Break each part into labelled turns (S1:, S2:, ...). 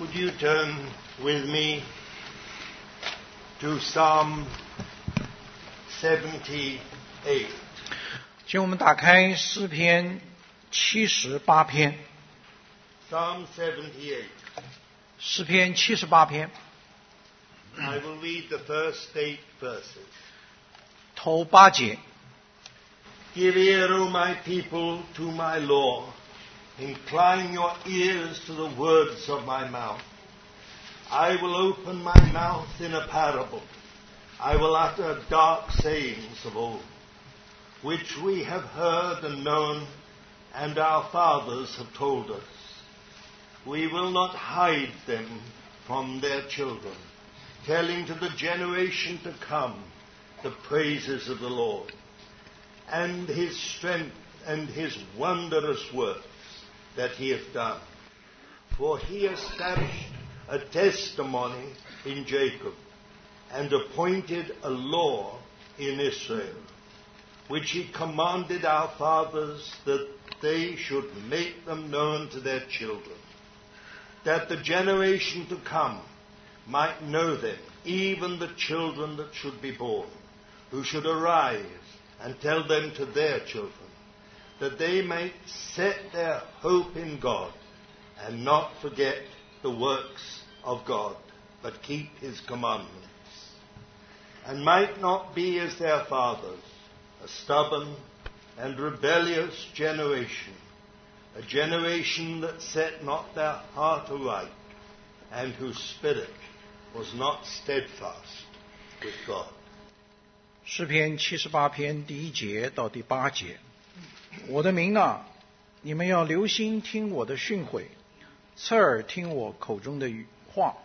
S1: Would you turn with me to Psalm 78?
S2: 请我们打开诗篇七十八篇，
S1: Psalm 78.
S2: 诗篇七十八篇
S1: I will read the first eight verses.
S2: 头八节，
S1: Give ear, O my people, to my law. Incline your ears to the words of my mouth. I will open my mouth in a parable. I will utter dark sayings of old, which we have heard and known, and our fathers have told us. We will not hide them from their children, telling to the generation to come the praises of the Lord and his strength and his wondrous works that he hath done. For he established a testimony in Jacob and appointed a law in Israel, which he commanded our fathers that they should make them known to their children, that the generation to come might know them, even the children that should be born who should arise and tell them to their children, that they may set their hope in God and not forget the works of God, but keep his commandments, and might not be as their fathers, a stubborn and rebellious generation, a generation that set not their heart aright, and whose spirit was not steadfast with God.
S2: 诗篇七十八篇第一节到第八节，我的民啊，你们要留心听我的训诲，侧耳听我口中的语话。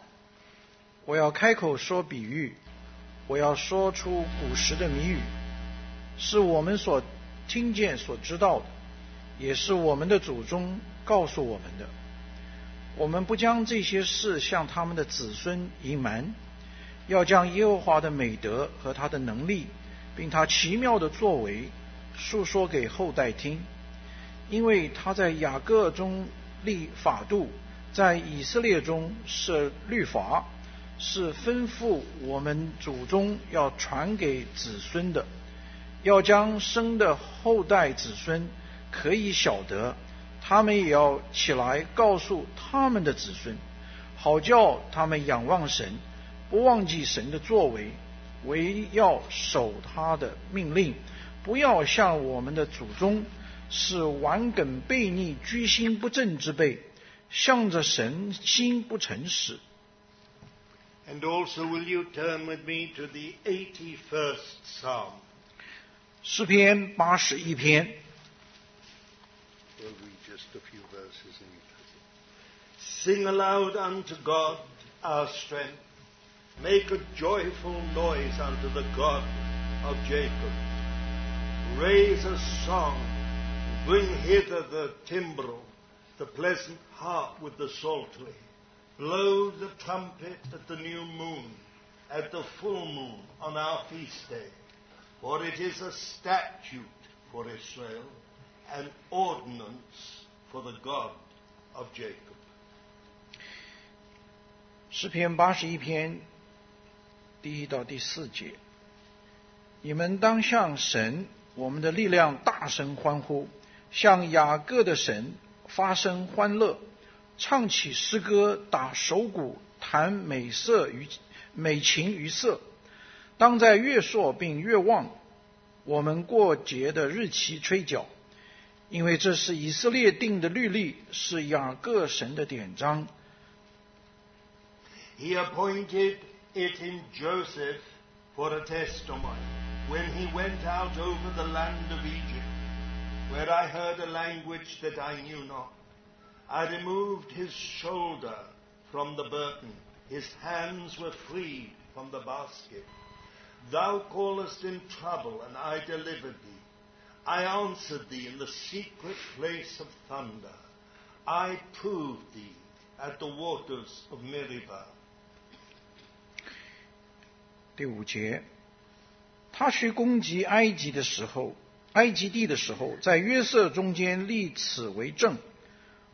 S2: 我要开口说比喻，我要说出古时的谜语，是我们所听见所知道的，也是我们的祖宗告诉我们的。我们不将这些事向他们的子孙隐瞒，要将耶和华的美德和他的能力，并他奇妙的作为，述说给后代听，因为他在雅各中立法度，在以色列中设律法，是吩咐我们祖宗要传给子孙的，要将生的后代子孙可以晓得，他们也要起来告诉他们的子孙，好叫他们仰望神，不忘记神的作为，唯要守他的命令，不要像我们的祖宗是顽梗悖逆、居心不正之辈，向着神心不诚实。
S1: And also, will you turn with me to the 81st Psalm?
S2: 诗篇八十一篇
S1: We'll read just a few verses in it. Sing aloud unto God our strength. Make a joyful noise unto the God of Jacob. Raise a song. Bring hither the timbrel, the pleasant harp with the psaltery. Blow the trumpet at the new moon, at the full moon on our feast day. For it is a statute for Israel, an ordinance for the God of Jacob.
S2: 诗篇八十一篇第一到第四节：你们当向神，我们的力量大声欢呼，向雅各的神发声欢乐，唱起诗歌，打手鼓，弹美色于美琴于色。当在月朔并月望，我们过节的日期吹角，因为这是以色列定的律例，是雅各神的典章。
S1: He appointed it in Joseph for a testimony when he went out over the land of Egypt, where I heard a language that I knew not. I removed his shoulder from the burden, his hands were freed from the basket. Thou callest in trouble, and I delivered thee. I answered thee in the secret place of thunder. I proved thee at the waters of Meribah.
S2: 第五节，他去攻击埃及的时候，埃及地的时候，在约瑟中间立此为证。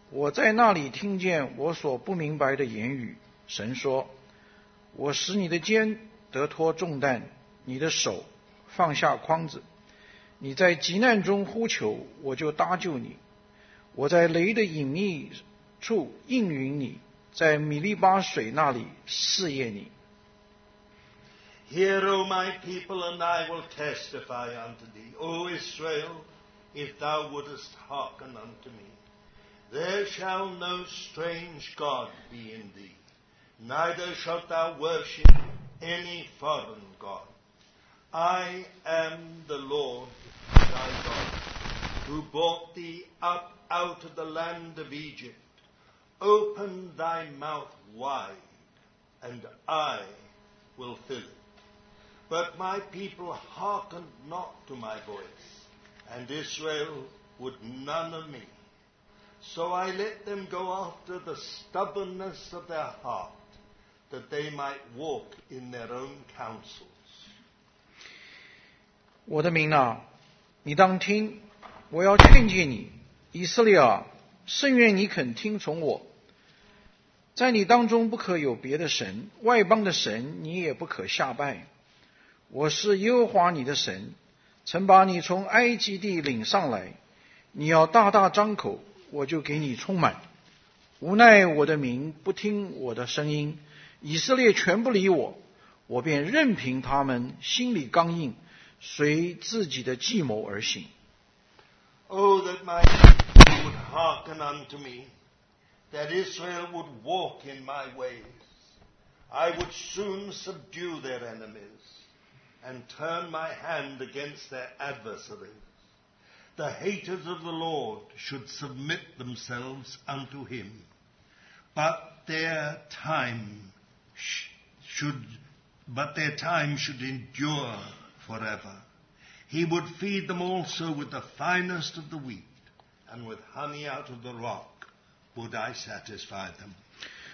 S2: 我在那里听见我所不明白的言语。神说：“我使你的肩得脱重担，你的手放下筐子。你在急难中呼求，我就搭救你；我在雷的隐秘处应允你，在米利巴水那里试验你。
S1: Hear, O my people, and I will testify unto thee. O Israel, if thou wouldest hearken unto me, there shall no strange God be in thee, neither shalt thou worship any foreign God. I am the Lord thy God, who brought thee up out of the land of Egypt. Open thy mouth wide, and I will fill it. But my people hearkened not to my voice, and Israel would none of me. So I let them go after the stubbornness of their heart, that they might walk in their own counsels.
S2: 我的民啊，你当听，我要劝诫你，以色列啊，甚愿你肯听从我。在你当中不可有别的神，外邦的神你也不可下拜。我是耶和华你的神，曾把你从埃及地领上来。你要大大张口，我就给你充满。无奈我的民不听我的声音，以色列全不理我，我便任凭他们心里刚硬，随自己的计谋而行。
S1: Oh, that my people would hearken unto me, that Israel would walk in my ways. I would soon subdue their enemies and turn my hand against their adversaries. The haters of the Lord should submit themselves unto him, but their time sh- should, but their time should endure forever. He would feed them also with the finest of the wheat, and with honey out of the rock would I satisfy them.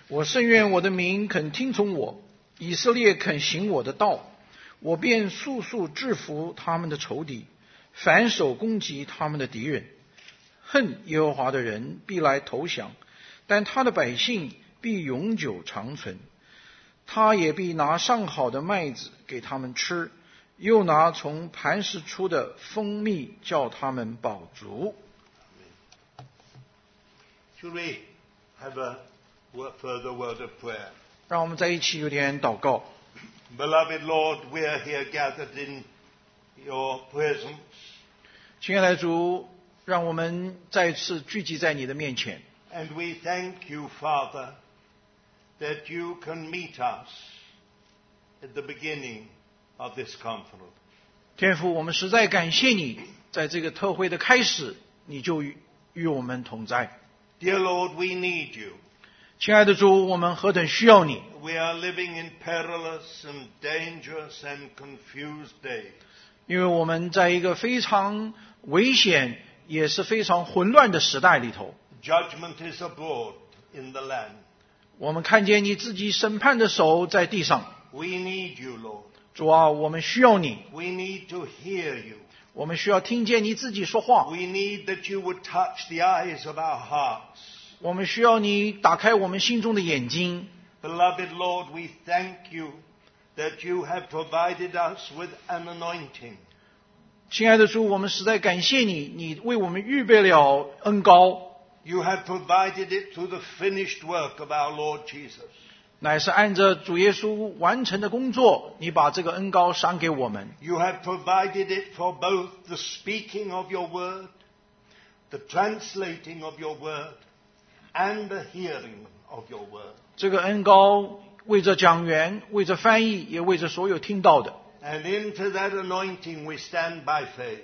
S2: 我甚愿我的民肯听从我，以色列肯行我的道，我便速速制服他们的仇敌，反手攻击他们的敌人。恨耶和华的人必来投降，但他的百姓必永久长存。他也必拿上好的麦子给他们吃，又拿从磐石出的蜂蜜叫他们饱足。
S1: Should we have a wo- further word of prayer?
S2: 让我们在一起有点祷告。
S1: Beloved Lord, we are here gathered in your presence.
S2: 亲爱的主，让我们再次聚集在你的面前。
S1: And we thank you, Father, that you can meet us at the beginning of this conference.
S2: 天父，我们实在感谢你，在这个特会的开始，你就与与我们同在。
S1: Dear Lord, we need you.
S2: 亲爱的主，我们何等需要你！
S1: We are living in perilous and dangerous and confused days.
S2: 因为我们在一个非常危险，也是非常混乱的时代里头，
S1: Judgment is abroad in the land.
S2: 我们看见你自己审判的手在地上。
S1: We need you, Lord.
S2: 主啊，我们需要你，
S1: We need to hear you.
S2: 我们需要听见你自己说话，
S1: We need that you would touch the eyes of our hearts.
S2: 我们需要你打开我们心中的眼睛。
S1: Beloved Lord, we thank you that you have provided us with an anointing.
S2: 亲爱的主，我们实在感谢你，你为我们预备了恩高，
S1: You have provided it through the finished work of our Lord Jesus.
S2: 乃是按着主耶稣完成的工作，你把这个恩高赏给我们。
S1: You have provided it for both the speaking of your word, the translating of your word, and the hearing of your word.
S2: 这个恩高为着讲员，为着翻译，也为着所有听到的。
S1: And into that anointing we stand by faith.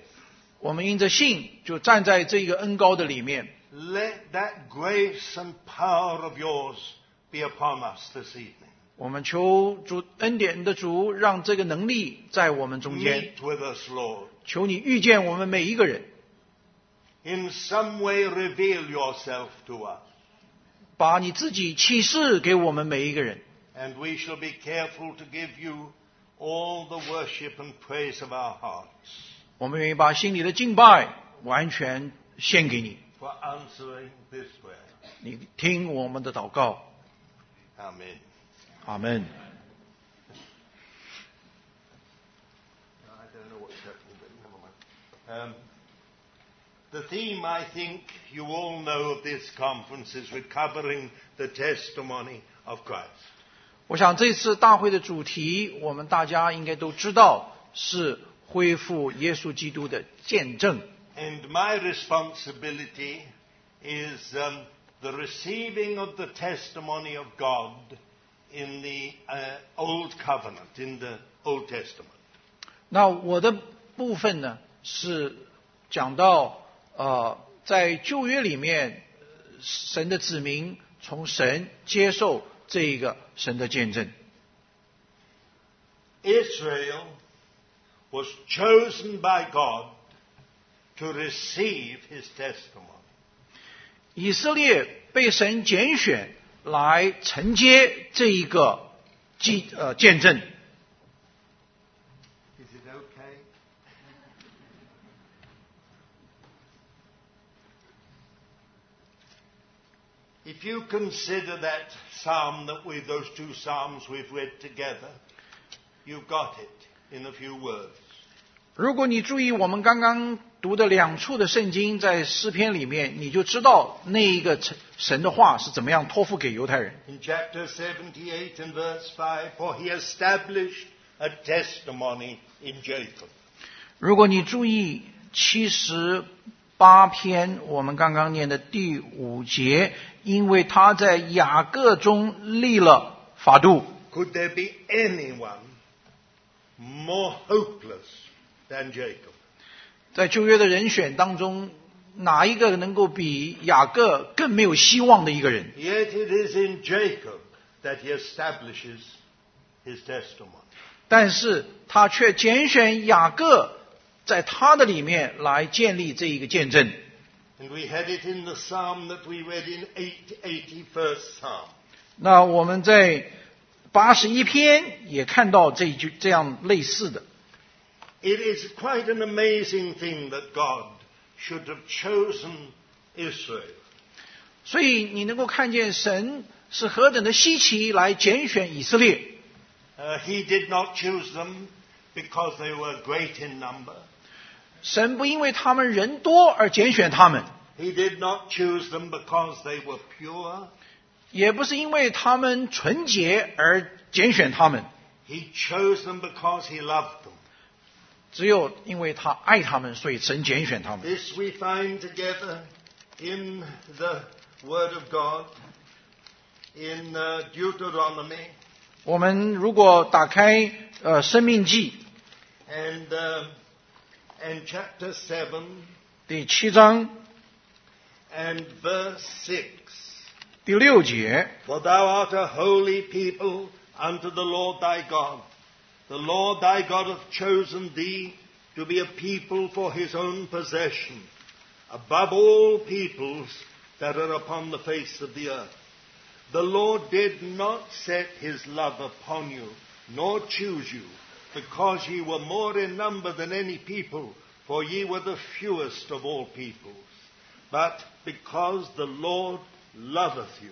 S2: 我们因着信，就站在这个恩高的里面。
S1: Let that grace and power of yours be upon us this evening.
S2: 我们求主恩典的主，让这个能力在我们中间。
S1: Meet with us, Lord.
S2: 求你遇见我们每一个人，
S1: In some way reveal yourself to us.
S2: 把你自己启示给我们每一个人。
S1: And we shall be careful to give you all the worship and praise of our hearts
S2: 我们愿意把心里的敬拜完全献给你，
S1: for answering this prayer.
S2: 你听我们的祷告，
S1: Amen.
S2: 阿门。
S1: I don't know what's happening, but never mind. Um, the theme, I think, you all know of this conference is recovering the testimony of Christ.
S2: 我想这次大会的主题，我们大家应该都知道是恢复耶稣基督的见证。
S1: And my responsibility is um, the receiving of the testimony of God in the uh, Old Covenant, in the Old Testament.
S2: 那我的部分呢是讲到呃，在旧约里面，呃神的子民从神接受这一个神的见证。
S1: Israel was chosen by God to receive his testimony.
S2: 以色列被神拣选来承接这一个记呃见证。
S1: Is it okay? If you consider that psalm that we, those two psalms we've read together, you've got it in a few words.
S2: 如果你注意我们刚刚读的两处的圣经，在诗篇里面，你就知道那一个神神的话是怎么样托付给犹太人。
S1: In chapter 78 and verse 5, for he established a testimony in Jacob.
S2: 如果你注意七十八篇，我们刚刚念的第五节，因为他在雅各中立了法度。
S1: Could there be anyone more hopeless than Jacob?
S2: 在旧约的人选当中，哪一个能够比雅各更没有希望的一个人？
S1: Yet it is in Jacob that he establishes his testimony.
S2: 但是他却拣选雅各，在他的里面来建立这一个见证。
S1: And we had it in the psalm that we read in 881st Psalm.
S2: 那我们在八十一篇也看到这一句这样类似的。
S1: It is quite an amazing thing that God should have chosen Israel.
S2: 所以你能够看见神是何等的稀奇来拣选以色列。
S1: Uh, he did not choose them because they were great in number.
S2: 神不因为他们人多而拣选他们，
S1: He did not choose them because they were pure.
S2: 也不是因为他们纯洁而拣选他们，
S1: He chose them because he loved them.
S2: 只有因为他爱他们，所以神拣选他们。
S1: This we find together in the Word of God, in uh, Deuteronomy,
S2: 我们如果打开呃《生命记》
S1: and, uh, and chapter 7
S2: 第七章
S1: and verse 6.
S2: 第六节，
S1: For thou art a holy people unto the Lord thy God. The Lord thy God hath chosen thee to be a people for his own possession, above all peoples that are upon the face of the earth. The Lord did not set his love upon you, nor choose you, because ye were more in number than any people, for ye were the fewest of all peoples. But because the Lord loveth you,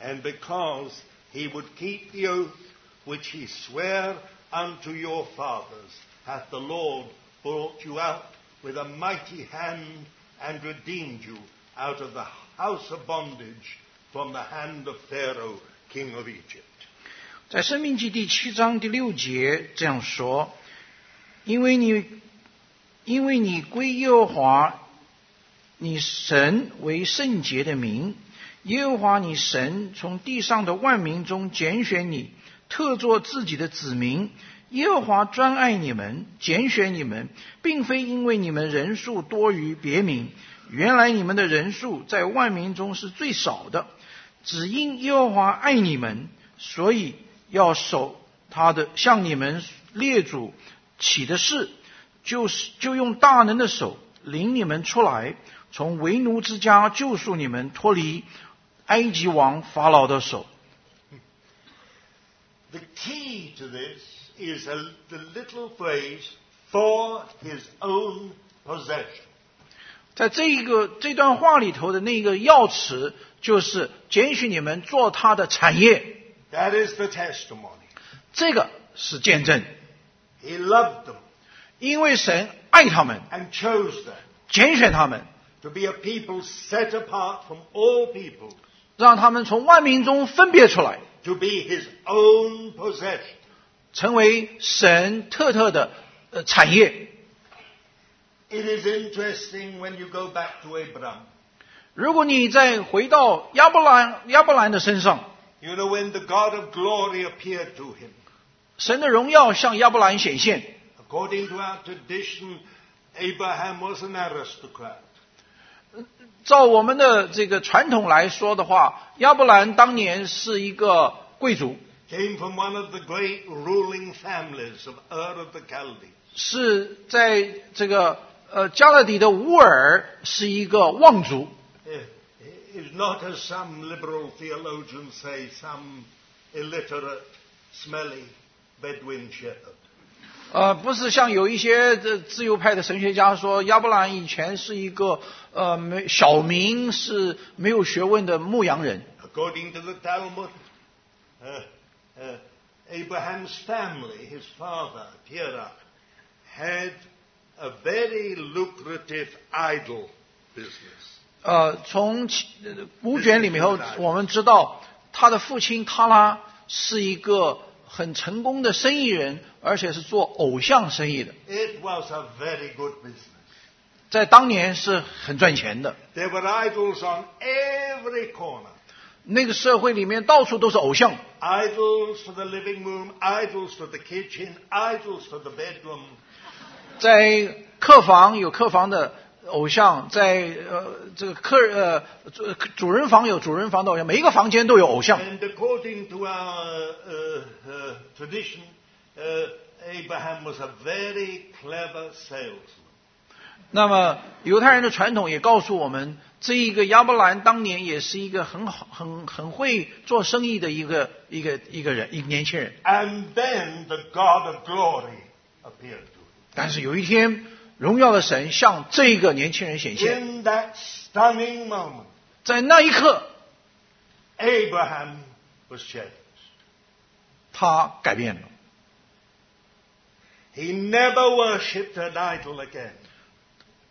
S1: and because he would keep the oath which he sware unto your fathers, hath the Lord brought you out with a mighty hand and redeemed you out of the house of bondage from the hand of Pharaoh, king of Egypt.
S2: 在《生命记》第七章第六节这样说：“因为你，因为你归耶和华，你神为圣洁的名，耶和华你神从地上的万民中拣选你，特作自己的子民。耶和华专爱你们，拣选你们，并非因为你们人数多于别民，原来你们的人数在万民中是最少的。”只因耶和华爱你们，所以要守他的向你们列祖起的誓，就是就用大能的手领你们出来，从为奴之家救赎你们，脱离埃及王法老的手。
S1: The key to this is a, the little phrase, for his own possession.
S2: 在这一个这段话里头的那个要词就是拣选你们做他的产业，
S1: That is the testimony.
S2: 这个是见证，
S1: He loved them
S2: 因为神爱他们，
S1: and chose them
S2: 拣选他们，
S1: to be a people set apart from all people,
S2: 让他们从万民中分别出来，
S1: to be His own possession.
S2: 成为神特特的呃产业。
S1: It is interesting when you go back to Abraham.
S2: 如果你再回到亚伯兰亚伯兰的身上，
S1: You know, when the God of glory appeared to him,
S2: 神的荣耀向亚伯兰显现。
S1: according to our tradition, Abraham was an aristocrat.
S2: 照我们的这个传统来说的话，亚伯兰当年是一个贵族，
S1: came from one of the great ruling families of Ur of the Chaldees.
S2: 是在这个呃加勒底的乌尔是一个望族，
S1: Eh, Is not, as some liberal theologians say, some illiterate, smelly Bedouin shepherd.
S2: 呃，不是像有一些这自由派的神学家说，亚伯兰以前是一个呃没小民，是没有学问的牧羊人。
S1: According to the Talmud, uh, uh, Abraham's family, his father, Terach, had a very lucrative idol business.
S2: 呃，从其呃古卷里面以后，我们知道他的父亲塔拉是一个很成功的生意人，而且是做偶像生意的，
S1: It was a very good business.
S2: 在当年是很赚钱的。
S1: There were idols on every corner.
S2: 那个社会里面到处都是偶像，
S1: Idols for the living room, idols for the kitchen, idols for the bedroom.
S2: 在客房有客房的偶像，在呃这个客呃主主人房有主人房的偶像，每一个房间都有偶像。
S1: And according to our uh, uh, tradition, uh, Abraham was a very clever salesman.
S2: 那么犹太人的传统也告诉我们，这一个亚伯兰当年也是一个很好、很很会做生意的一个一个一个人，一个年轻人。
S1: And then the God of glory appeared to
S2: 但是有一天，荣耀的神向这个年轻人显现，
S1: him. In that stunning moment,
S2: 在那一刻，
S1: Abraham was changed.
S2: 他改变了。
S1: He never worshipped an idol again.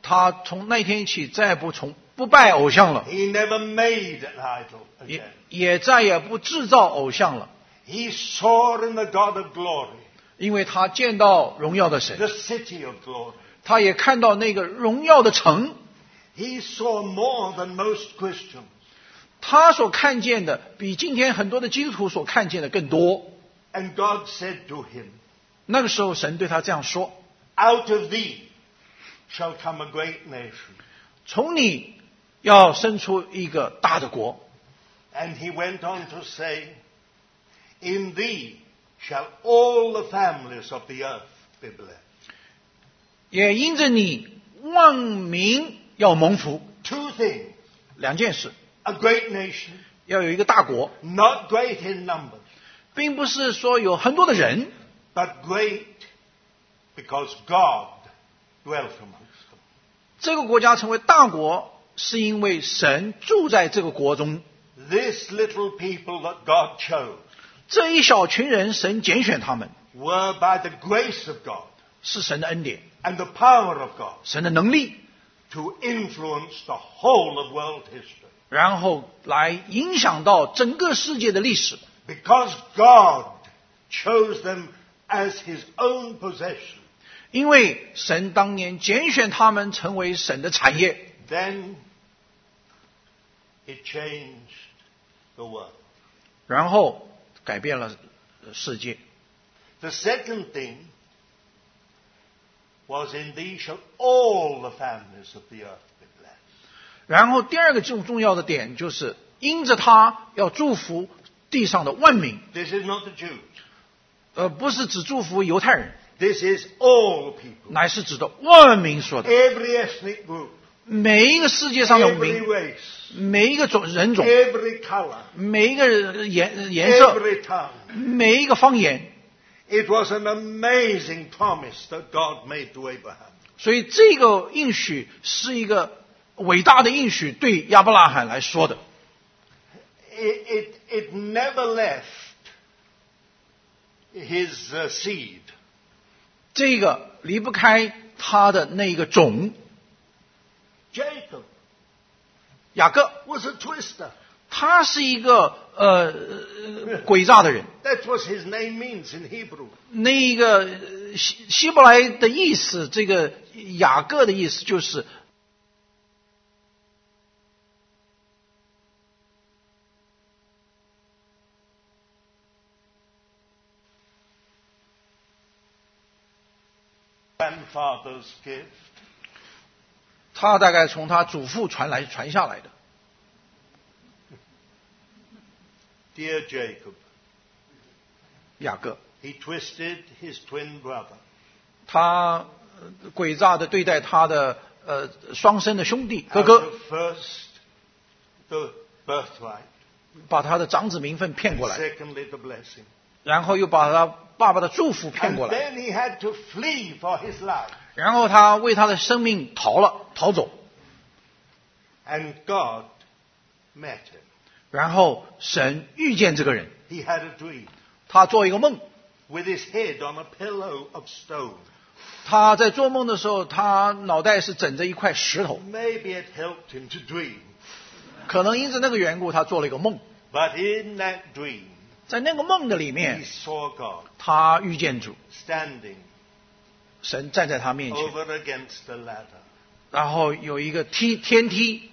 S2: 他从那天起再不从不拜偶像了，
S1: He never made an idol
S2: 也
S1: again.
S2: 也再也不制造偶像了，
S1: He saw in the God of glory
S2: 因为他见到荣耀的神，
S1: the city of glory.
S2: 他也看到那个荣耀的城，
S1: He saw more than most Christians.
S2: 他所看见的比今天很多的基督徒所看见的更多。
S1: And God said to him,
S2: 那个时候，神对他这样说
S1: Out of thee shall come a great nation.：“
S2: 从你要生出一个大的国。
S1: And he went on to say, In thee shall all the families of the earth be blessed. ”
S2: 也因着你，万民要蒙福。
S1: Two things
S2: 两件事，
S1: a great nation,
S2: 要有一个大国，
S1: not great in numbers,
S2: 并不是说有很多的人，
S1: but great because God dwelt amongst them.
S2: 这个国家成为大国，是因为神住在这个国中。
S1: This little people that God chose
S2: 这一小群人，神拣选他们，
S1: were by the grace of God
S2: 是神的恩典，
S1: and the power of God
S2: 神的能力，
S1: to influence the whole of world history.
S2: 然后来影响到整个世界的历史。
S1: Because God chose them as his own possession,
S2: 因为神当年拣选他们成为神的产业，
S1: then it changed the world.
S2: 然后改变了呃世界。
S1: The second thing was in thee shall all the families of the earth be blessed.
S2: 然后第二个重重要的点就是，因着他要祝福地上的万民，
S1: This is not the Jews.
S2: 呃，不是只祝福犹太人，
S1: This is all people,
S2: 乃是指的万民说的
S1: every ethnic group,
S2: 每一个世界上的
S1: every
S2: 民，
S1: race,
S2: 每一个种人种，
S1: every color,
S2: 每一个颜颜色，
S1: every tongue.
S2: 每一个方言。
S1: It was an amazing promise that God made to Abraham.
S2: 所以这个应许是一个伟大的应许，对亚伯拉罕来说的。
S1: it, it, it never left his uh, seed.
S2: 这个离不开他的那个种
S1: Jacob
S2: 雅各，
S1: was a twister.
S2: 他是一个呃诡诈的人。
S1: That's what his name means in Hebrew.
S2: 那个呃希希伯来的意思，这个雅各的意思就是，
S1: Grandfather's gift.
S2: 他大概从他祖父传来传下来的。
S1: Dear Jacob,
S2: 雅各，
S1: he twisted his twin brother.
S2: 他呃诡诈的对待他的呃双生的兄弟哥
S1: out
S2: 哥
S1: of，first the birthright,
S2: 把他的长子名分骗
S1: and
S2: 过来，
S1: secondly the blessing.
S2: 然后又把他爸爸的祝福骗
S1: And
S2: 过来，
S1: then he had to flee for his life.
S2: 然后他为他的生命逃了，逃走，
S1: And God met him.
S2: 然后神遇见这个人，
S1: He had a dream
S2: 他做一个梦，
S1: with his head on a pillow of stone.
S2: 他在做梦的时候，他脑袋是枕着一块石头，
S1: Maybe it helped him to dream.
S2: 可能因此那个缘故，他做了一个梦，
S1: But in that dream,
S2: 在那个梦的里
S1: he
S2: 面，
S1: saw God
S2: 他遇见主，
S1: standing
S2: 神站在他面前，
S1: over against the ladder.
S2: 然后有一个梯天梯，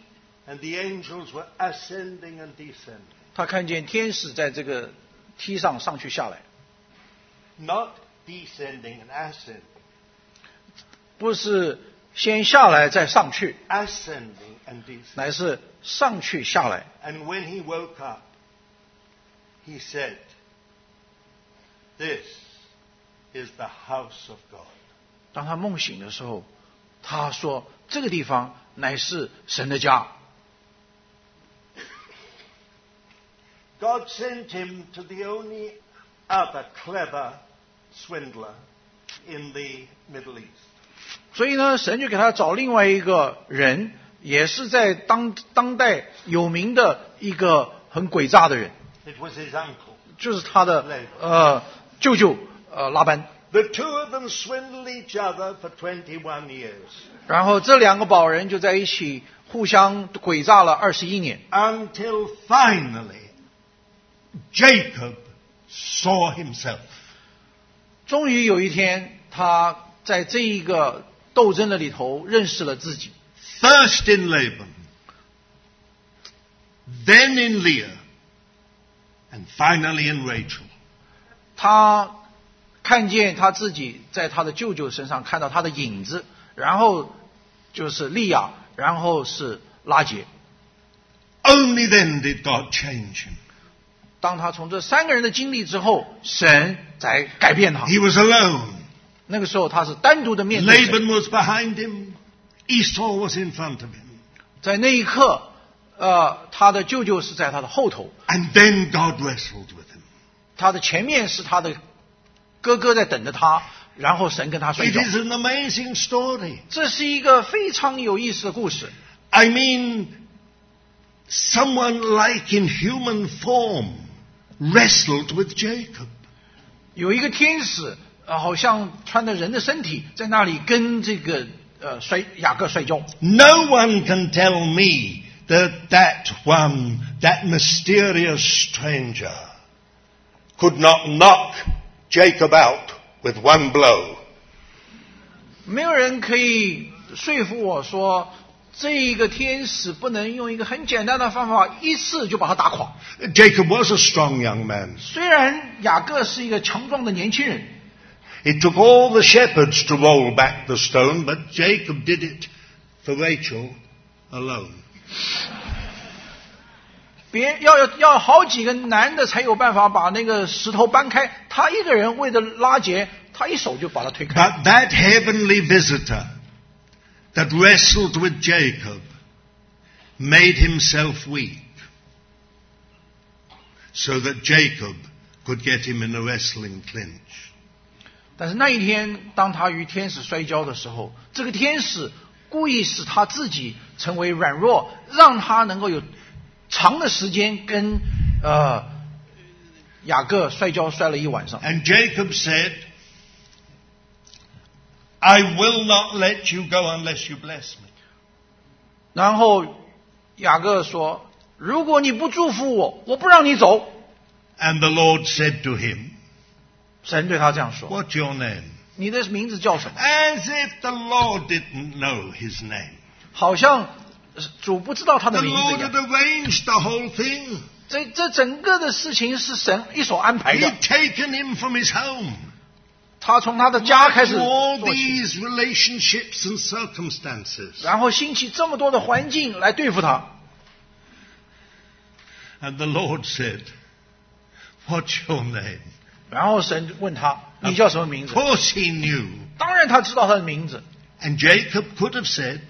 S1: And the angels were ascending and descending.
S2: 他看见天使在这个梯上上去下来，
S1: Not descending and ascending.
S2: 不是先下来再上去，
S1: Ascending and descending.
S2: 乃是上去下来。
S1: And when he woke up, he said, This is the house of God.
S2: 当他梦醒的时候，他说这个地方乃是神的家。
S1: God sent him to the only other clever swindler in the Middle East.
S2: 所以呢，神就给他找另外一个人，也是在当当代有名的一个很诡诈的人，
S1: It was his uncle.
S2: 就是他的呃舅舅呃拉班。
S1: The two of them swindled each other for 21 years
S2: 然后这两个保人就在一起互相诡诈了二十一年，
S1: until finally Jacob saw himself.
S2: 终于有一天，他在这一个斗争的里头认识了自己，
S1: first in Laban, then in Leah, and finally in Rachel.
S2: 他看见他自己在他的舅舅身上看到他的影子，然后就是利亚，然后是拉杰。
S1: Only then did God change him.
S2: 当他从这三个人的经历之后，神才改变他。
S1: He was alone.
S2: 那个时候他是单独的面对神
S1: Laban was behind him, Esau was in front of him.
S2: 在那一刻，呃，他的舅舅是在他的后头，
S1: And then God wrestled with him.
S2: 他的前面是他的哥哥在等着他，然后神跟他摔
S1: It
S2: 跤。
S1: is an amazing story.
S2: 这是一个非常有意思的故事。
S1: I mean, someone like in human form wrestled with Jacob.
S2: 有一个天使，呃、好像穿着人的身体，在那里跟这个呃摔雅各摔跤。
S1: No one can tell me that that one, that mysterious stranger, could not knock Jacob out with one blow.
S2: 没有人可以说服我说，这一个天使不能用一个很简单的方法一次就把他打垮。
S1: Jacob was a strong young man.
S2: 虽然雅各是一个强壮的年轻人，
S1: It took all the shepherds to roll back the stone, but Jacob did it for Rachel alone.
S2: 别要要要好几个男的才有办法把那个石头搬开，他一个人为了拉杰，他一手就把他推开。
S1: But that heavenly visitor that wrestled with Jacob made himself weak so that Jacob could get him in a wrestling clinch.
S2: 但是那一天，当他与天使摔跤的时候，这个天使故意使他自己成为软弱，让他能够有长的时间跟呃雅各摔跤摔了一晚上。
S1: And Jacob said, I will not let you go unless you bless me.
S2: 然后雅各说：“如果你不祝福我，我不让你走。
S1: And the Lord said to him, ”
S2: 神对他这样说
S1: What's your name?：“
S2: 你的名字叫什么
S1: As if the Lord didn't know his name.？”
S2: 好像呃主不知道他
S1: The
S2: 的名字
S1: Lord
S2: 一
S1: had
S2: 样。
S1: arranged the whole thing.
S2: 这这整个的事情是神一手安排的
S1: He'd，taken him from his home.
S2: 他从他的家开始
S1: Through all
S2: 做起，
S1: these relationships and circumstances.
S2: 然后兴起这么多的环境来对付他。
S1: And the Lord said, What's your name?
S2: 然后神问他：“你叫什么名字
S1: Of course he knew.？”
S2: 当然他知道他的名字。
S1: And Jacob could have said,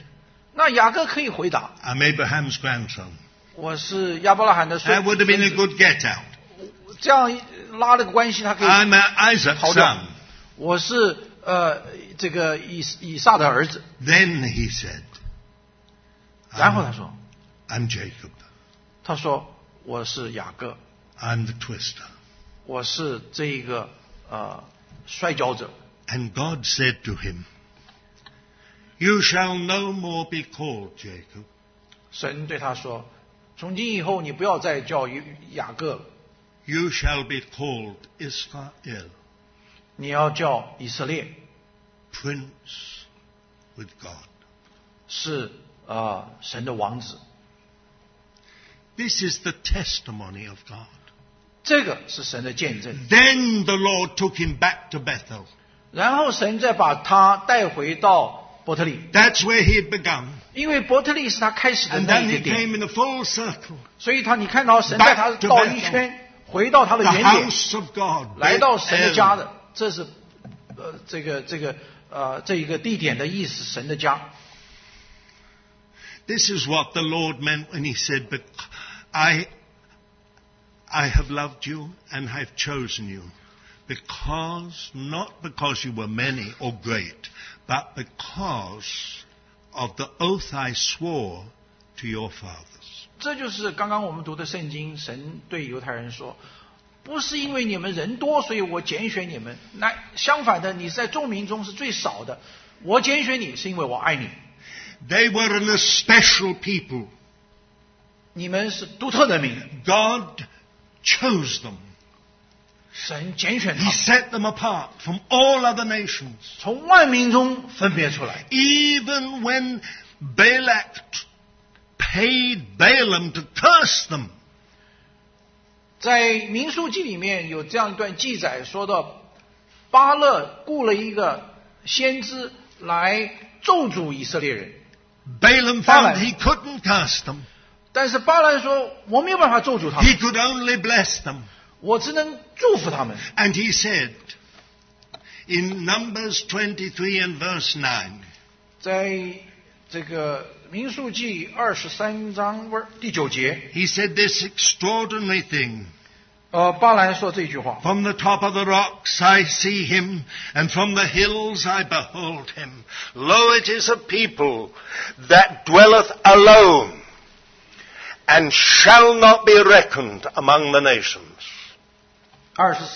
S2: 那雅各可以回答
S1: I'm Abraham's grandson.：“
S2: 我是亚伯拉罕的孙
S1: That would have been a
S2: 子。
S1: good get out. ”
S2: 这样一拉了个关系，他可以
S1: I'm uh, Isaac's
S2: Hold
S1: son.
S2: on. 我是呃这个以以撒的儿子。
S1: Then he said,
S2: 然后他
S1: I'm,
S2: 说，
S1: I'm Jacob.
S2: 他说我是雅各，
S1: I'm the twister.
S2: 我是这一个呃摔跤者。
S1: And God said to him, You shall no more be called Jacob,
S2: 神对他说，从今以后你不要再叫雅各了，
S1: you shall be called Israel,
S2: 你要叫以色列，
S1: prince with God.
S2: 是呃神的王子。
S1: This is the testimony of God.
S2: 这个是神的见证。
S1: Then the Lord took him back to Bethel.
S2: 然后神再把他带回到伯特利，
S1: That's where he had begun.
S2: 因为伯特利是他开始的
S1: And
S2: 那
S1: then
S2: 一个
S1: he
S2: 点，
S1: came in a full circle.
S2: 所以他你看到神带他
S1: Back to
S2: 绕一
S1: Bethel
S2: 圈，回到他的
S1: The
S2: 原点。
S1: house of God.
S2: 来到神的家
S1: Bethel.
S2: 的，这是呃这个这个呃这一个地点的意思，神的家。
S1: This is what the Lord meant when he said, But I, I have loved you and have chosen you. Because, not because you were many or great, but because of the oath I swore to your fathers.
S2: 这就是刚刚我们读的圣经，神对犹太人说，不是因为你们人多，所以我拣选你们。那相反的，你在众民中是最少的，我拣选你是因为我爱你，
S1: They were an especial people.
S2: 你们是独特的民，
S1: God chose them.
S2: 神拣选他
S1: He，set them apart from all other nations.
S2: 从万民中分别出来。
S1: Even when Balak t- paid Balaam to curse them,
S2: 在《民数记》里面有这样一段记载，说到巴勒雇了一个先知来咒诅以色列人，
S1: Balaam found
S2: Balak.
S1: he couldn't curse them.
S2: 但是巴兰说我没有办法咒诅他们，
S1: He could only bless them.
S2: 我只能祝福他们。
S1: And he said in Numbers 23 and verse 9,
S2: 在这个《民数记》二十三章味儿第九节，
S1: he said this extraordinary thing.
S2: 呃，巴兰说这句话：
S1: From the top of the rocks I see him, and from the hills I behold him. Lo, it is a people that dwelleth alone, and shall not be reckoned among the nations.
S2: 二十《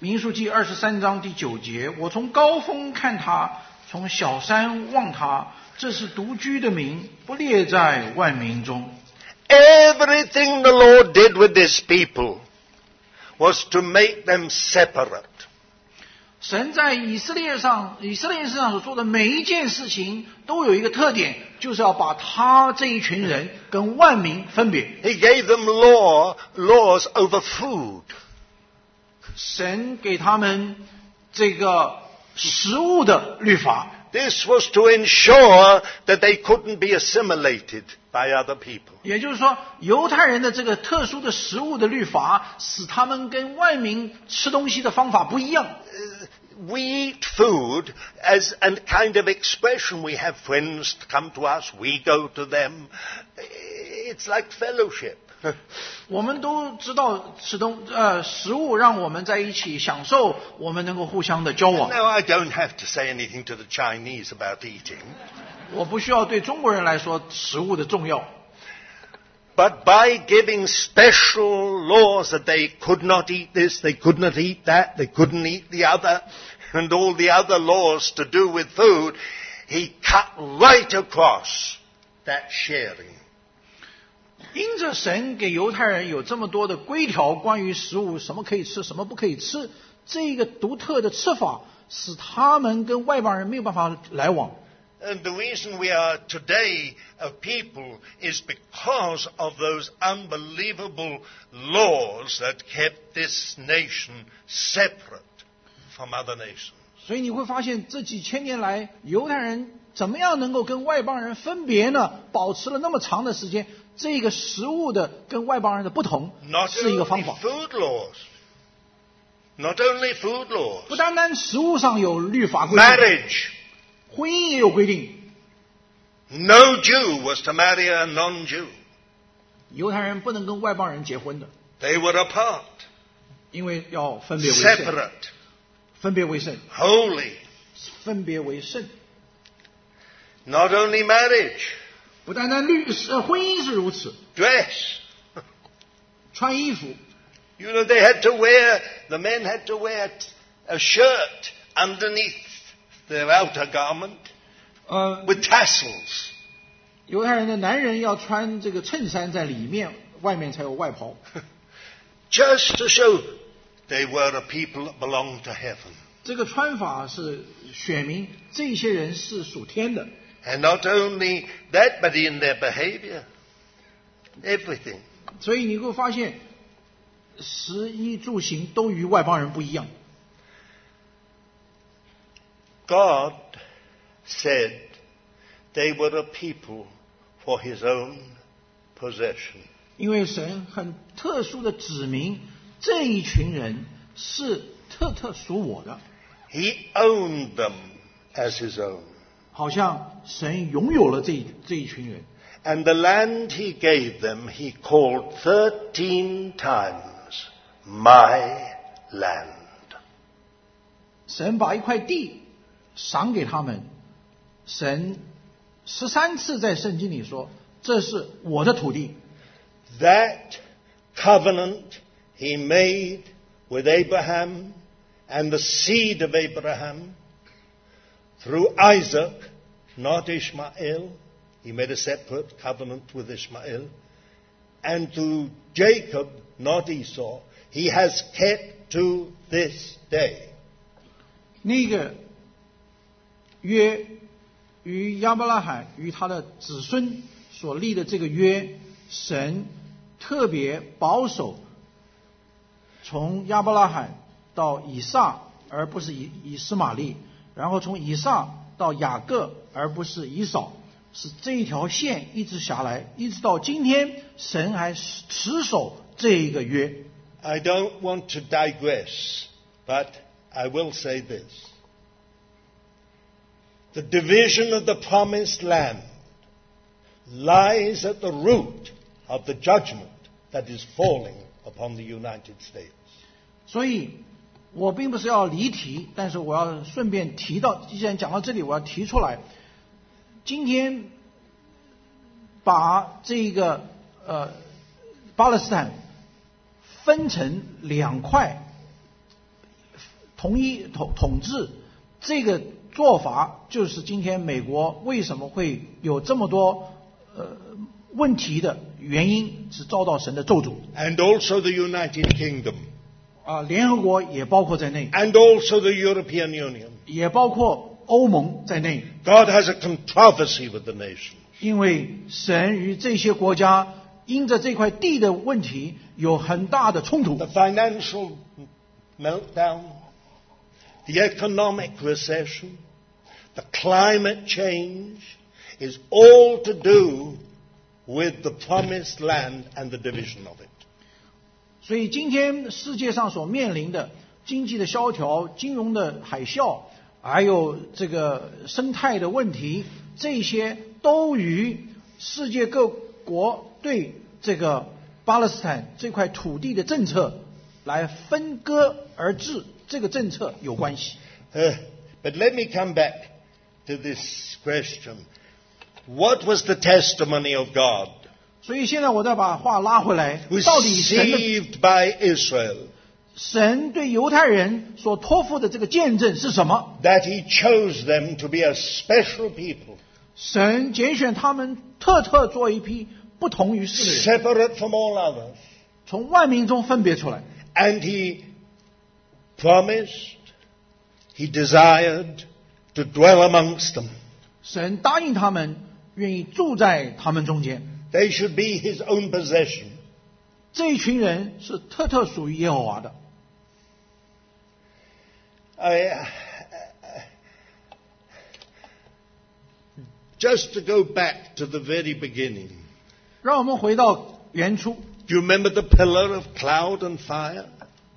S2: 民数记》二十三章第九节，我从高峰看他，从小山望他，这是独居的民，不列在万民中。
S1: Everything the Lord did with this people was to make them separate.
S2: 神在以色列上，以色列身上所做的每一件事情，都有一个特点，就是要把他这一群人跟万民分别。
S1: He gave them law, laws over food.
S2: 神给他们这个食物的律法，
S1: This was to ensure that they couldn't be assimilated by other people.
S2: 也就是说，犹太人的这个特殊的食物的律法，使他们跟外民吃东西的方法不一样。
S1: we eat food as a kind of expression. We have friends come to us, we go to them. It's like fellowship.
S2: 我们都知道吃东呃食物让我们在一起享受，我们能够互相的交往。
S1: Now, I don't have to say anything to the Chinese about eating.
S2: 我不需要对中国人来说食物的重要。
S1: But by giving special laws that they could not eat this, they could not eat that, they couldn't eat the other, and all the other laws to do with food, he cut right across that sharing.
S2: 因着神给犹太人有这么多的规条，关于食物什么可以吃，什么不可以吃，这个独特的吃法，使他们跟外邦人没有办法来往。
S1: And the reason we are today a people is because of those unbelievable laws that kept this nation separate from other nations.
S2: 所以你会发现，这几千年来，犹太人怎么样能够跟外邦人分别呢？保持了那么长的时间，这个食物的跟外邦人的不同
S1: Not
S2: 是一个
S1: only
S2: 方法。
S1: food laws, not only food laws,
S2: 不单单食物上有律法规定，
S1: marriage.
S2: 婚姻也有规定。
S1: No Jew was to marry a non-Jew.
S2: 犹太人不能跟外邦人结婚的，
S1: They were apart,
S2: 因为要分别为圣，
S1: separate,
S2: 分别为圣，
S1: holy.
S2: 分别为圣。
S1: Not only marriage,
S2: 不单单律呃婚姻是如此，
S1: dress.
S2: 穿衣服，
S1: You know, they had to wear, the men had to wear t- a shirt underneath their outer garment
S2: 呃，
S1: with tassels.
S2: 犹太人的男人要穿这个衬衫在里面，外面才有外袍，
S1: Just to show they were a people that belonged to heaven.
S2: 这个穿法是选民这些人是属天的，
S1: And not only that, but in their behavior. Everything.
S2: 所以你会发现，食衣住行都与外邦人不一样。
S1: God said they were a people for his own possession.
S2: 因为神很特殊的指明这一群人是特特属我的，
S1: He owned them as his own.
S2: 好像神拥有了这一这一群人。
S1: And the land he gave them he called thirteen times my land.
S2: 神把一块地赏给他们，神十三次在圣经里说这是我的土地，
S1: That covenant he made with Abraham and the seed of Abraham through Isaac, not Ishmael. He made a separate covenant with Ishmael. And through Jacob, not Esau. He has kept to this day.
S2: 那个约与亚伯拉罕与他的子孙所立的这个约，神特别保守，从亚伯拉罕到以撒，而不是以以斯玛利，然后从以撒到雅各，而不是以扫，是这一条线一直下来，一直到今天，神还持守这一个约。
S1: I don't want to digress, but I will say this. The division of the promised land lies at the root of the judgment that is falling upon the United States.
S2: 所以我并不是要离题，但是我要顺便提到，既然讲到这里，我要提出来，今天把这个呃巴勒斯坦分成两块，统一统统治这个做法，就是今天美国为什么会有这么多呃问题的原因，是遭到神的咒诅
S1: And also the United Kingdom.
S2: 啊、联合国也包括在内。
S1: And also the European Union.
S2: 也包括欧盟在内，
S1: God has a controversy with the nations.
S2: 因为神与这些国家因着这块地的问题有很大的冲突
S1: The。financial meltdown, the economic recession, the climate change is all to do with the promised land and the division of it.
S2: 所以今天世界上所面临的经济的萧条、金融的海啸，还有这个生态的问题，这些都与世界各国对这个巴勒斯坦这块土地的政策来分割而治这个政策有关系。
S1: Uh, but let me come back to this question. What was the testimony of God
S2: 所以现在我再把话拉回来，到底神的
S1: received by Israel,
S2: 神对犹太人所托付的这个见证是什么？
S1: that he chose them to be a special people,
S2: 神拣选他们，特特做一批不同于世人，
S1: separate from all others.
S2: 从万民中分别出来。
S1: And he promised, he desired to dwell amongst them.
S2: 神答应他们，愿意住在他们中间。
S1: They should be his own possession.
S2: 这一群人是特特属于耶和华的。
S1: I, uh, just to go back to the very beginning,
S2: 让我们回到原初，
S1: do you remember the pillar of cloud and fire?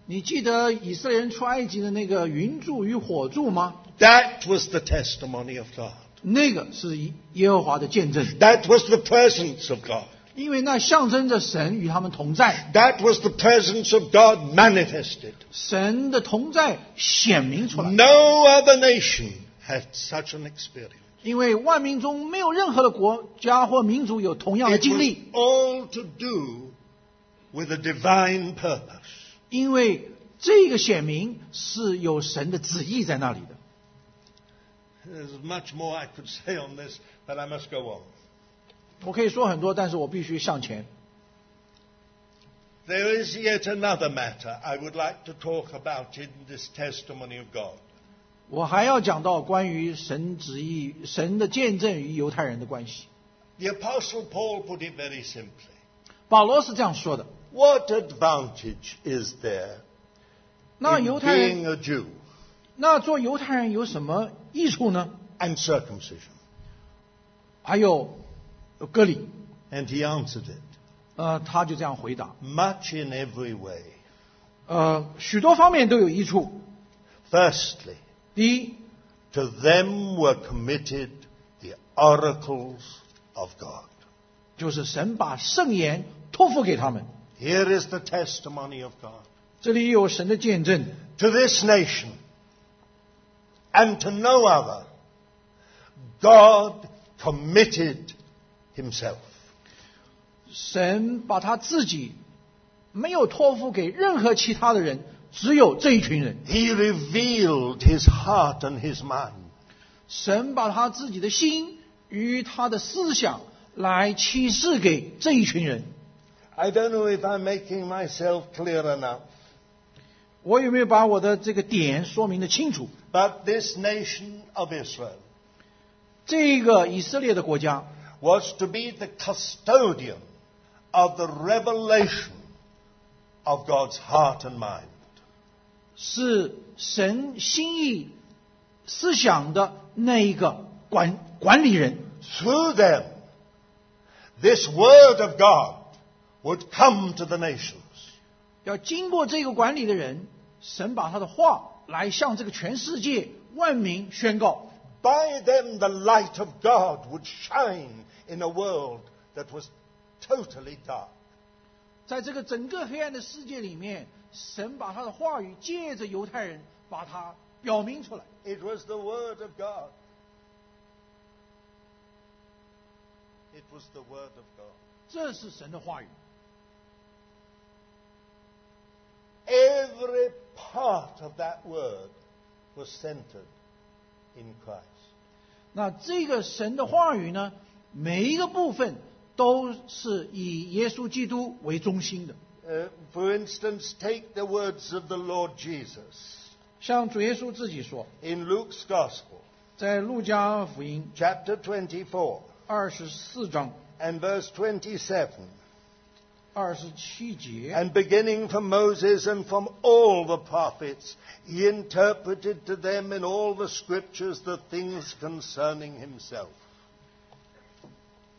S2: 你记得以色列人出埃及的那个云柱与火柱吗？
S1: That was the testimony of God.
S2: 那个是耶和华的见证，
S1: That was the presence of God.
S2: 因为那象征着神与他们同在，
S1: That was the presence of God manifested.
S2: 神的同在显明出来。
S1: No other nation had such an experience.
S2: 因为万民中没有任何的国家或民族有同样的
S1: It
S2: 哎经
S1: was
S2: 历，
S1: all to do with a divine purpose.
S2: 因为这个显明是有神的旨意在那里的。
S1: There's much more I could say on this, but I must go on.
S2: 我可以说很多，但是我必须向前。
S1: There is yet another matter I would like to talk about in this testimony of God.
S2: 我还要讲到关于神旨意、神的见证与犹太人的关系。
S1: The Apostle Paul put it very simply.
S2: 保罗是这样说的：
S1: What advantage is there
S2: 那
S1: in
S2: 犹太人，
S1: being a Jew
S2: 那做犹太人有什么益处呢？
S1: and circumcision?
S2: 还有呃割礼，
S1: And he answered it,
S2: 呃，他就这样回答：
S1: much in every way.
S2: 呃，许多方面都有益处。
S1: Firstly,
S2: 第一，
S1: to them were committed the oracles of God.
S2: 就是神把圣言托付给他们。
S1: Here is the testimony of God.
S2: 这里有神的见证，
S1: to this nation and to no other, God committed Himself.
S2: 神把他自己没有托付给任何其他的人，只有这一群人。
S1: He revealed His heart and His mind.
S2: 神把他自己的心与他的思想来启示给这一群人。
S1: I don't know if I'm making myself clear enough,
S2: 我有没有把我的这个点说明的清楚？
S1: but this nation of Israel
S2: 这个以色列的国家
S1: was to be the custodian of the revelation of God's heart and mind.
S2: 是神心意思想的那一个管管理人，
S1: Through them, this word of God would come to the nations.
S2: 要经过这个管理的人，神把他的话来向这个全世界万民宣告。
S1: By them the light of God would shine in a world that was totally dark.
S2: 在这个整个黑暗的世界里面，神把他的话语借着犹太人把它表明出来。
S1: It was the Word of God. It was the Word of God.
S2: 这是神的话语，
S1: Every part of that Word was centered in Christ.
S2: 那这个神的话语呢，每一个部分都是以耶稣基督为中心的。
S1: Uh, for instance, take the words of the Lord Jesus
S2: 像主耶稣自己说，
S1: in Luke's Gospel,
S2: 在路加福音
S1: chapter 24,
S2: 二十四章
S1: and verse 27.
S2: 二十七节，
S1: And beginning from Moses and from all the prophets, he interpreted to them in all the scriptures the things concerning himself.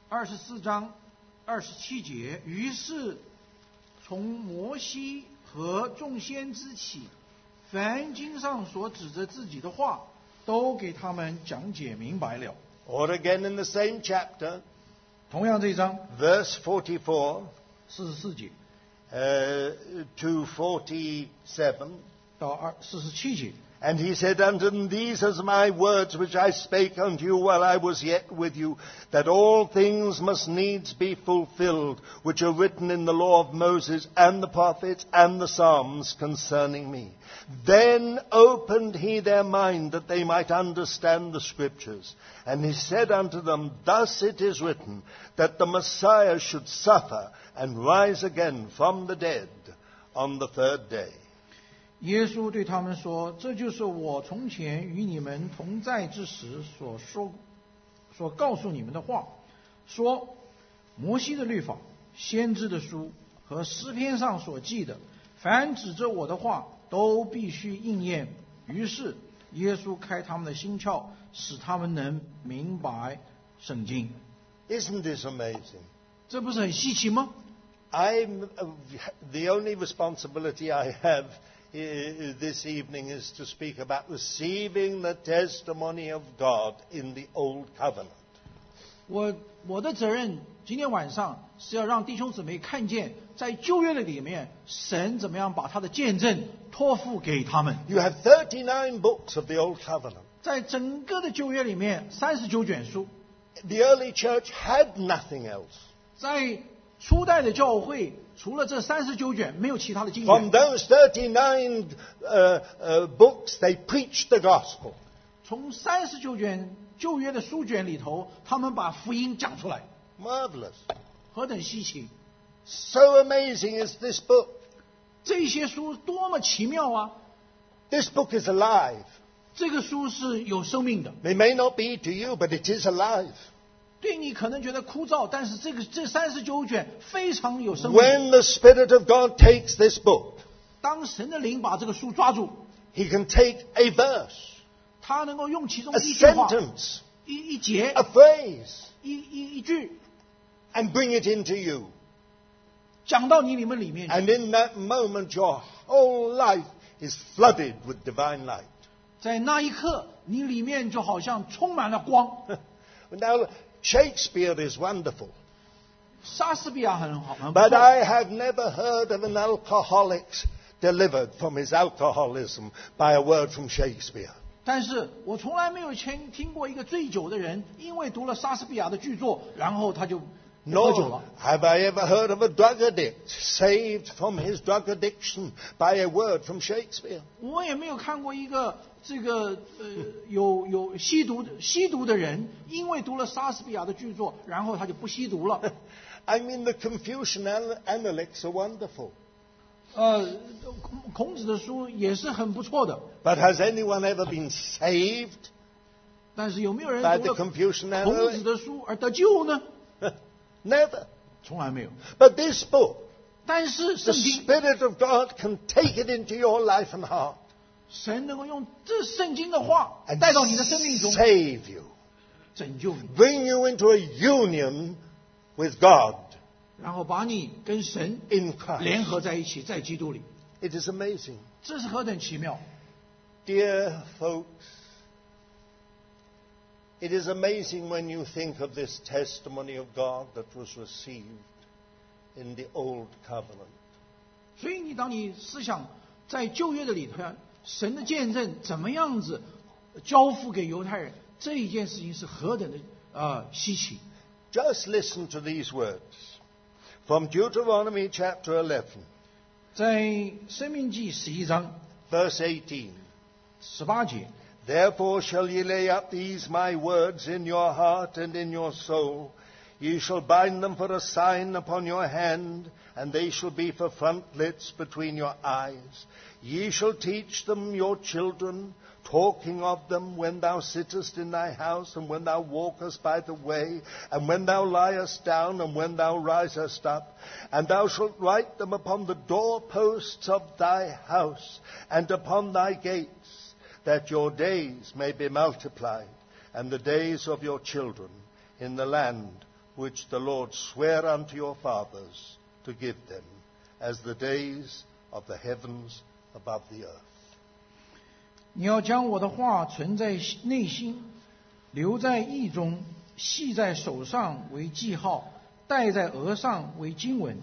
S2: 二十四章二十七节。于是从摩西和众先知起，凡经上所指着自己的话，都给他们讲解明白了。
S1: Or again in the same chapter,
S2: 同样这一章
S1: verse 44
S2: 四十四节
S1: uh, to 47,
S2: 到二四十七节。
S1: And he said unto them, These are my words which I spake unto you while I was yet with you, that all things must needs be fulfilled, which are written in the law of Moses and the prophets and the Psalms concerning me. Then opened he their mind that they might understand the scriptures. And he said unto them, Thus it is written, that the Messiah should suffer and rise again from the dead on the third day.
S2: 耶稣对他们说：“这就是我从前与你们同在之时所说、所告诉你们的话。说，摩西的律法、先知的书和诗篇上所记的，凡指着我的话，都必须应验。”于是耶稣开他们的心窍，使他们能明白圣经。
S1: Isn't this amazing?
S2: 这不是很稀奇吗？
S1: I'm, uh, the only responsibility I have i- i- this evening is to speak about receiving the testimony of God in the Old Covenant.
S2: 我我的责任今天晚上是要让弟兄姊妹看见，在旧约的里面，神怎么样把他的见证托付给他们。
S1: You have 39 books of the Old Covenant.
S2: 在整个的旧约里面，三十九卷书，
S1: The early church had nothing else.
S2: 在初代的教会，除了这三十九卷，没有其他的经
S1: From
S2: 卷。
S1: those 39 uh, uh, books, they preached the gospel.
S2: 从三十九卷旧约的书卷里头，他们把福音讲出来，
S1: Marvelous.
S2: 何等稀奇！
S1: So amazing is this book.
S2: 这些书多么奇妙啊！
S1: This book is alive.
S2: 这个书是有生命的，
S1: It may not be to you, but it is alive.
S2: 对你可能觉得枯燥，但是这个这三十九卷非常有生命。
S1: When the Spirit of God takes this book,
S2: 当神的灵把这个书抓住，
S1: He can take a verse,
S2: 他能够用其中
S1: a
S2: 一句话、
S1: sentence,
S2: 一一节、
S1: a phrase,
S2: 一一一句
S1: and bring it into you.
S2: 讲到你你们里面去。
S1: And in that moment, your whole life is flooded with divine light.
S2: 在那一刻，你里面就好像充满了光。
S1: Now, Shakespeare is wonderful,
S2: 莎士比亚很好，很不
S1: but
S2: 错。
S1: I have never heard of an alcoholic delivered from his alcoholism by a word from Shakespeare.
S2: 但是我从来没有听听过一个醉酒的人，因为读了莎士比亚的巨作，然后他就喝酒
S1: Nor
S2: 了。
S1: have I ever heard of a drug addict saved from his drug addiction by a word from Shakespeare.
S2: 我也没有看过一个这个呃 有有吸毒的吸毒的人，因为读了莎士比亚的巨作，然后他就不吸毒了。
S1: I mean, the Confucian anal- analects are wonderful.
S2: 呃，孔孔子的书也是很不错的，
S1: But has anyone ever been saved
S2: 但是有没有人
S1: by
S2: 读
S1: the
S2: 了
S1: Confucian
S2: 孔子
S1: analects?
S2: 的书而得救呢？
S1: Never.
S2: 从来没有。
S1: But this book,
S2: 但是
S1: the
S2: 圣经
S1: Spirit of God can take it into your life and heart
S2: 神能够用这圣经的话
S1: and
S2: 带到你的生命中，
S1: save you,
S2: 拯救你，
S1: bring you into a union with God
S2: 然后把你跟神
S1: in Christ.
S2: 联合在一起，在基督里，
S1: It is amazing.
S2: 这是何等奇妙！
S1: Dear folks, it is amazing when you think of this testimony of God that was received in the Old Covenant.
S2: 所以你当你思想在旧约的里头，神的见证怎么样子交付给犹太人这一件事情是何等的呃稀奇！
S1: Just listen to these words from Deuteronomy chapter 11,
S2: 在《生命记》十一章
S1: verse 18.
S2: 十八节，
S1: Therefore shall ye lay up these my words in your heart and in your soul. Ye shall bind them for a sign upon your hand, and they shall be for frontlets between your eyes. Ye shall teach them your children, talking of them when thou sittest in thy house, and when thou walkest by the way, and when thou liest down, and when thou risest up. And thou shalt write them upon the doorposts of thy house, and upon thy gates that your days may be multiplied, and the days of your children in the land which the Lord sware unto your fathers to give them, as the days of the heavens above the earth.
S2: 你要将我的话存在内心，留在意中，系在手上为记号，戴在额上为经文，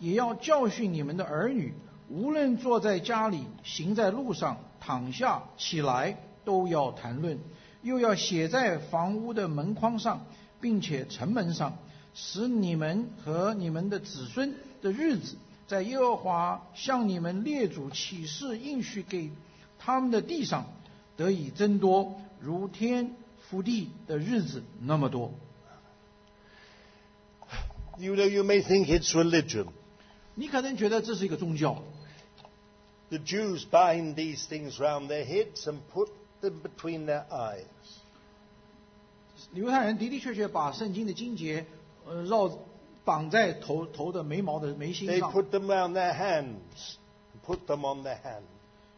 S2: 也要教训你们的儿女。无论坐在家里、行在路上、躺下、起来，都要谈论，又要写在房屋的门框上，并且城门上，使你们和你们的子孙的日子，在耶和华向你们列祖起誓应许给他们的地上，得以增多，如天覆地的日子那么多。
S1: You know, you may think it's religion.
S2: 你可能觉得这是一个宗教，
S1: The Jews bind these things round their heads and put them between their eyes.
S2: 犹太人的的确确把圣经的经节，呃，绕绑在头头的眉毛的眉心
S1: They
S2: 上，
S1: put them round their hands, and put them on their hand.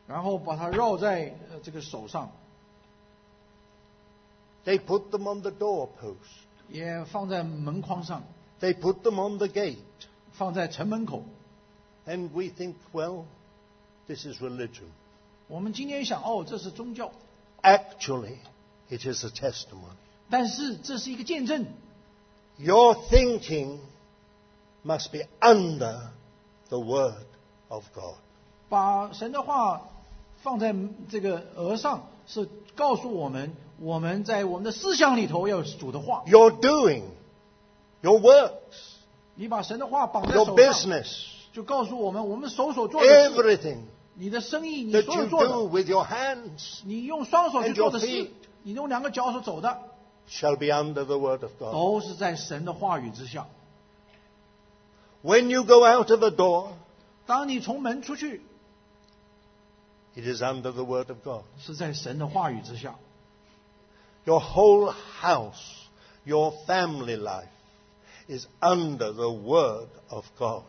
S2: 然后把它绕在呃这个手上，
S1: They put them on the doorpost.
S2: 也放在门框上，
S1: They put them on the gate.
S2: 放在城门口。
S1: And we think, well, this is religion.
S2: 我们今天想，哦，这是宗教，
S1: Actually, it is a testimony.
S2: 但是这是一个见证。
S1: Your thinking must be under the Word of God.
S2: 把神的话放在这个额上，是告诉我们，我们在我们的思想里头要有主的话。
S1: Your doing, your works,
S2: 你把神的话绑在
S1: your
S2: 手上，
S1: business,
S2: 就告诉我们，我们手所做的事，
S1: everything
S2: 你的生意，你
S1: that
S2: 所有
S1: you
S2: 做
S1: do
S2: 的，
S1: with your hands
S2: 你用双手去
S1: And
S2: 做的
S1: your feet
S2: 事，你用两个脚所走的，
S1: shall be under the Word of God.
S2: 都是在神的话语之下。
S1: When you go out of the door,
S2: 当你从门出去，
S1: it is under the Word of God.
S2: 是在神的话语之下。
S1: Your whole house, your family life is under the Word of God.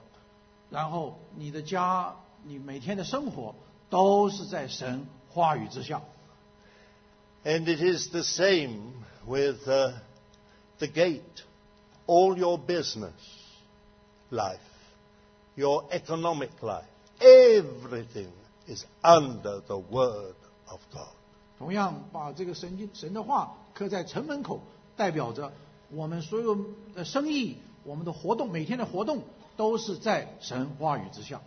S2: 然后你的家，你每天的生活都是在神话语之下。
S1: And it is the same with uh, the gate. All your business life, your economic life, everything is under the Word of God.
S2: 同样，把这个神经神的话刻在城门口，代表着我们所有的生意、我们的活动、每天的活动都是在神话语之下。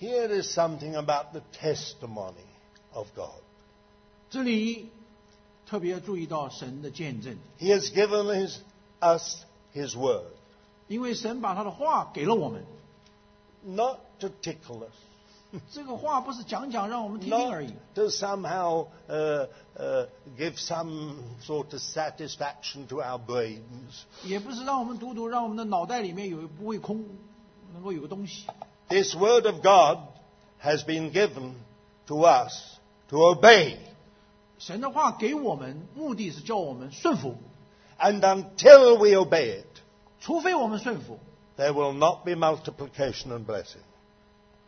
S1: Here is something about the testimony of God.
S2: 这里特别注意到神的见证，
S1: He has given his, us His Word,
S2: 因为神把他的话给了我们。
S1: not to tickle us,
S2: 这个话不是讲讲让我们听听而
S1: not
S2: 已，
S1: to somehow uh, uh, give some sort of satisfaction to our brains.
S2: 也不是让我们读读，让我们的脑袋里面有不会空，能够有个东西。
S1: This word of God has been given to us to obey.
S2: 神的话给我们目的是叫我们顺服，
S1: And until we obey it,
S2: 除非我们顺服，
S1: there will not be multiplication and blessing.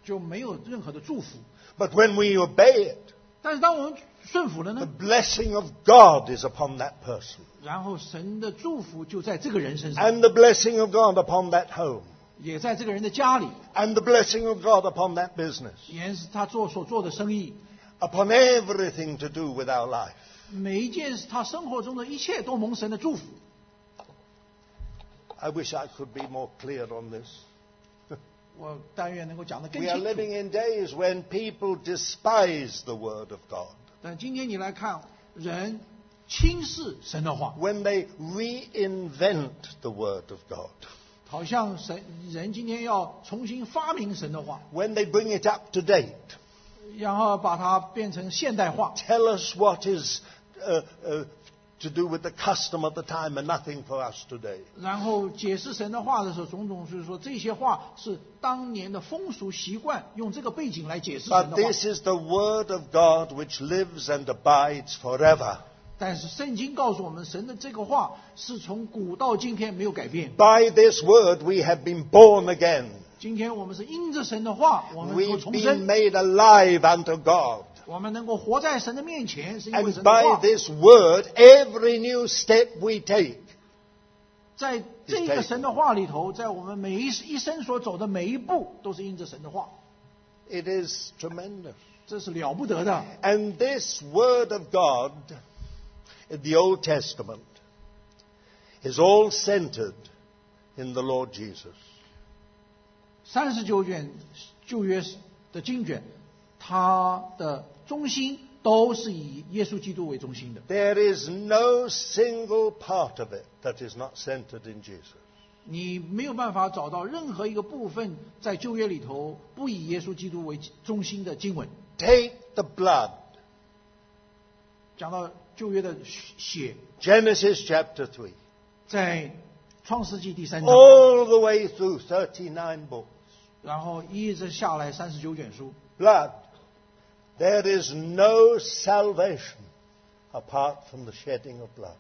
S2: 就没有任何的祝福。
S1: But when we obey it,
S2: 但是当我们顺服了
S1: the
S2: 呢，
S1: blessing of God is upon that person,
S2: 然后神的祝福就在这个人身上，
S1: and the blessing of God upon that home,
S2: 也在这个人的家里，
S1: and the blessing of God upon that business,
S2: 也是他做所做的生意，
S1: upon everything to do with our life.
S2: 每一件他生活中的一切都蒙神的祝福。
S1: I wish I could be more clear on this.
S2: 我但愿能够讲得更
S1: We are
S2: 清
S1: living
S2: 楚。
S1: in days when people despise the word of God.
S2: 但今天你来看，人轻视神的话，
S1: when they reinvent the Word of God,
S2: 好像神人今天要重新发明神的话，
S1: when they bring it up to date,
S2: 然后把它变成现代化。
S1: tell us what is uh, uh, to do with the custom of the time and nothing for us today.
S2: 然后解释神的话的时候，种种就是说这些话是当年的风俗习惯，用这个背景来解释神
S1: But
S2: 的话。
S1: this is the Word of God which lives and abides forever.
S2: 但是圣经告诉我们，神的这个话是从古到今天没有改变。
S1: By this Word we have been born again.
S2: 今天我们是因着神的话，我们能够
S1: We've
S2: 重
S1: been
S2: 生，
S1: made alive unto God.
S2: 我们能够活在神的面前，是因为神
S1: And
S2: 的
S1: by
S2: 话。
S1: this Word, every new step we take
S2: 在这个神的话里头，在我们每一一生所走的每一步，都是因着神的话，
S1: It is tremendous.
S2: 这是了不得的。
S1: And this Word of God in the Old Testament is all centered in the Lord Jesus.
S2: 三十九卷旧约的经卷，它的中心都是以耶稣基督为中心的，
S1: There is no single part of it that is not centered in Jesus.
S2: 你没有办法找到任何一个部分在旧约里头不以耶稣基督为中心的经文。
S1: Take the blood.
S2: 讲到旧约的血，
S1: Genesis chapter 3.
S2: 在创世纪第三章，
S1: All the way through 39 books.
S2: 然后一直下来三十九卷书，
S1: Blood. There is no salvation apart from the shedding of blood.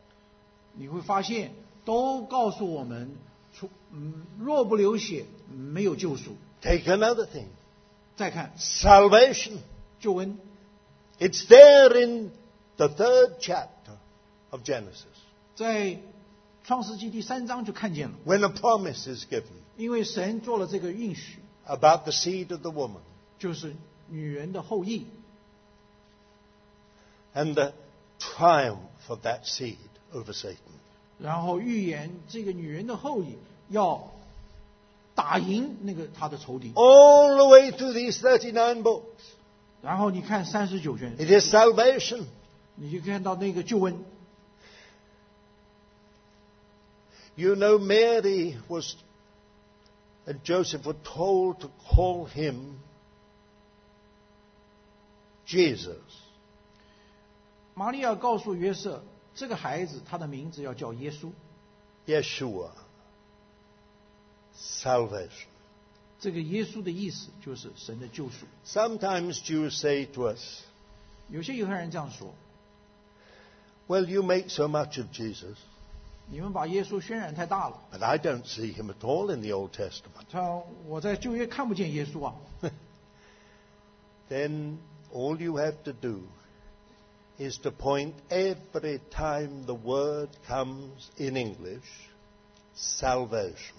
S2: 你会发现都告诉我们，除嗯若不流血没有救赎。
S1: Take another thing.
S2: 再看
S1: Salvation.
S2: 旧恩，
S1: It's there in the third chapter of Genesis
S2: 在创世纪第三章就看见了，
S1: when a promise is given
S2: 因为神做了这个应许，
S1: about the seed of the woman.
S2: 就是女人的后裔，
S1: and the triumph of that seed over Satan.
S2: 然后预言这个女人的后裔要打赢那个他的仇
S1: 哦
S2: 敌。
S1: All the way through these 39 books,
S2: 然后你看三十九卷，
S1: it is salvation.
S2: 你就看到那个救恩。
S1: You know, Mary was, and Joseph were told to call him Jesus.
S2: 玛利亚告诉约瑟，这个孩子他的名字要叫耶稣，
S1: Yeshua. Salvation.
S2: 这个耶稣的意思就是神的救赎。
S1: Sometimes Jews say to us,
S2: 有些犹太人这样说：
S1: Well, you make so much of Jesus,
S2: 你们把耶稣渲染太大了，
S1: but I don't see him at all in the Old Testament.
S2: 他我在旧约看不见耶稣啊。
S1: then all you have to do is to point every time the word comes in English, salvation.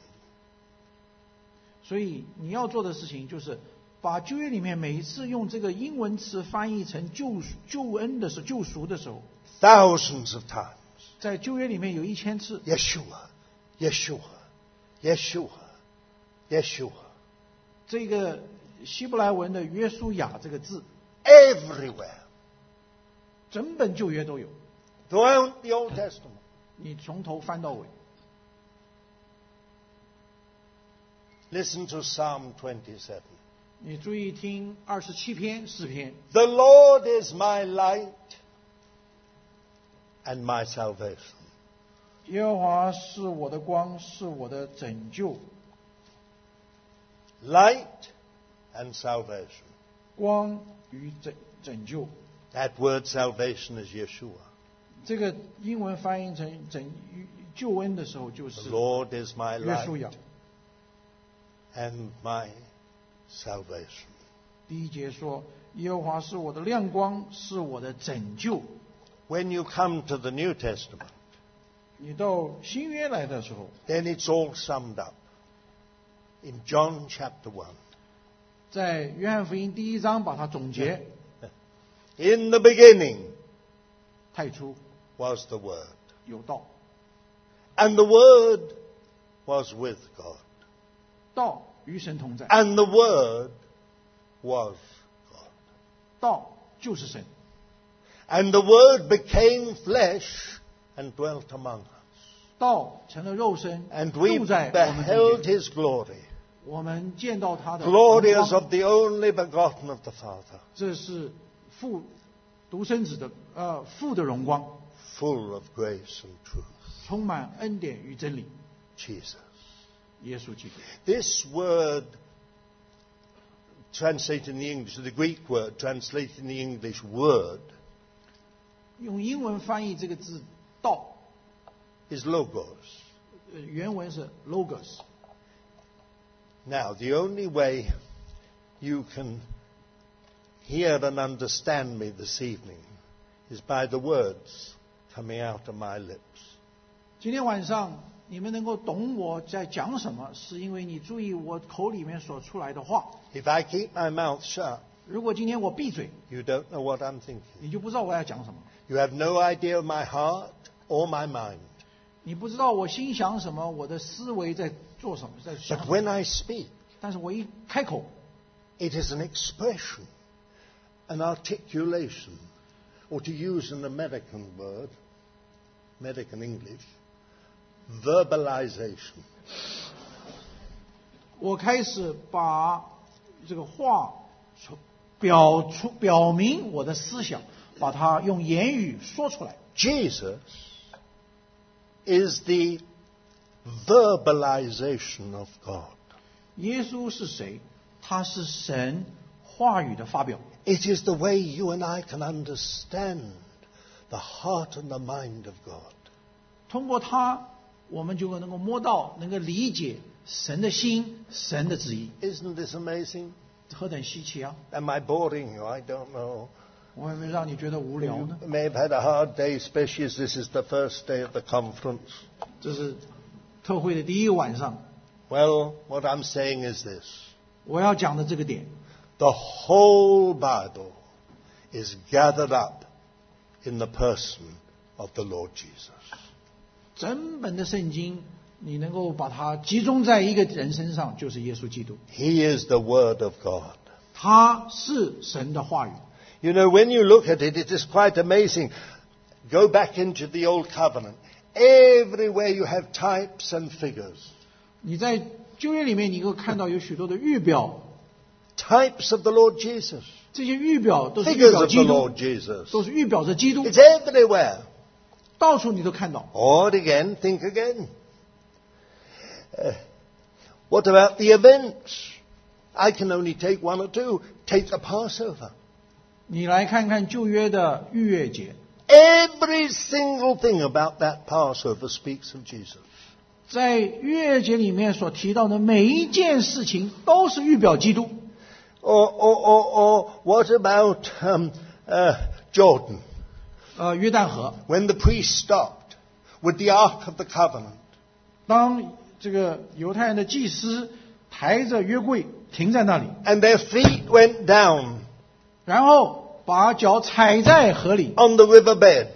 S2: 所以你要做的事情就是把旧约里面每一次用这个英文词翻译成救赎救恩的时候，救赎的时候，
S1: Thousands of times.
S2: 在旧约里面有一千次，
S1: Yeshua, Yeshua, Yeshua, Yeshua.
S2: 这个希伯来文的约书亚这个字，
S1: Everywhere.
S2: 整本旧约都有，
S1: Throughout the Old Testament.
S2: 你从头翻到尾。
S1: Listen to Psalm 27.
S2: 你注意听二十七篇诗篇，
S1: The Lord is my light and my salvation.
S2: 耶和华是我的光，是我的拯救，
S1: Light and salvation.
S2: 光与拯拯救。
S1: That word salvation is Yeshua.
S2: 这个英文翻译成拯救恩的时候，就
S1: The
S2: 是
S1: Lord is my
S2: 约书亚
S1: light。and my salvation.
S2: 第一节说，耶和华是我的亮光，是我的拯救。
S1: When you come to the New Testament,
S2: 你到新约来的时候，
S1: then it's all summed up in John chapter 1.
S2: 在约翰福音第一章把它总结
S1: In the beginning
S2: 太初
S1: was the Word,
S2: 有道，
S1: and the Word was with God,
S2: 道与神同在，
S1: and the Word was God.
S2: 道就是神，
S1: And the Word became flesh and dwelt among us.
S2: 道成了肉身
S1: And，we
S2: 住在我们中
S1: beheld
S2: 间。
S1: His glory.
S2: 我们见到他的荣
S1: glorious
S2: 光
S1: of the only begotten of the Father,
S2: 这是父独生子的呃父的荣光，
S1: full of grace and truth,
S2: 充满恩典与真理。
S1: Jesus.
S2: 耶稣基督，
S1: This word, translated in the English, the Greek word translated in the English word,
S2: 用英文翻译这个字“道
S1: is logos. ”，
S2: 呃原文是 “logos”。
S1: Now, the only way you can hear and understand me this evening is by the words coming out of my lips.
S2: 今天晚上你们能够懂我在讲什么，是因为你注意我口里面所出来的话。
S1: If I keep my mouth shut,
S2: 如果今天我闭嘴，
S1: you don't know what I'm thinking.
S2: 你就不知道我要讲什么，
S1: You have no idea of my heart or my mind.
S2: 你不知道我心想什么，我的思维在做什么，在想
S1: But
S2: 什么。
S1: when I speak,
S2: 但是我一开口，
S1: It is an expression, an articulation, or to use an American word, American English, verbalization.
S2: 我开始把这个话从表出表明我的思想，把它用言语说出来。
S1: Jesus is the verbalization of God.
S2: 耶稣是谁？他是神话语的发表，
S1: It is the way you and I can understand the heart and the mind of God.
S2: 通过他，我们就能够摸到，能够理解神的心、神的旨意，
S1: Isn't this amazing?
S2: 何等稀奇啊！
S1: Am I boring you? I don't know.
S2: 我会不会让你觉得无聊呢？
S1: You may have had a hard day, especially as this is the first day of the conference.
S2: 这是特会的第一晚上，
S1: Well, what I'm saying is this
S2: 我要讲的这个点，
S1: the whole Bible is gathered up in the person of the Lord Jesus.
S2: 整本的圣经，你能够把它集中在一个人身上，就是耶稣基督，
S1: He is the Word of God.
S2: 他是神的话语。
S1: You know, when you look at it, it is quite amazing. Go back into the Old Covenant. Everywhere you have types and figures.
S2: 你在旧约里面，你能够看到有许多的预表，
S1: Types of the Lord Jesus.
S2: 这些预表都是预
S1: Figures
S2: 表
S1: of the
S2: 基督
S1: Lord，Jesus.
S2: 都是预表着基督，
S1: It's everywhere.
S2: 到处你都看到。
S1: Or again, think again. Uh, what about the events? I can only take one or two. Take the Passover.
S2: 你来看看旧约的逾越节，
S1: Every single thing about that Passover speaks of Jesus.
S2: 在逾越节里面所提到的每一件事情，都是预表基督。
S1: Or, or, or, or what about um, uh, Jordan?
S2: 呃，约旦河，
S1: When the priest stopped with the Ark of the Covenant,
S2: 当这个犹太人的祭司抬着约柜停在那里，
S1: and their feet went down
S2: 然后把脚踩在河里，
S1: on the riverbed,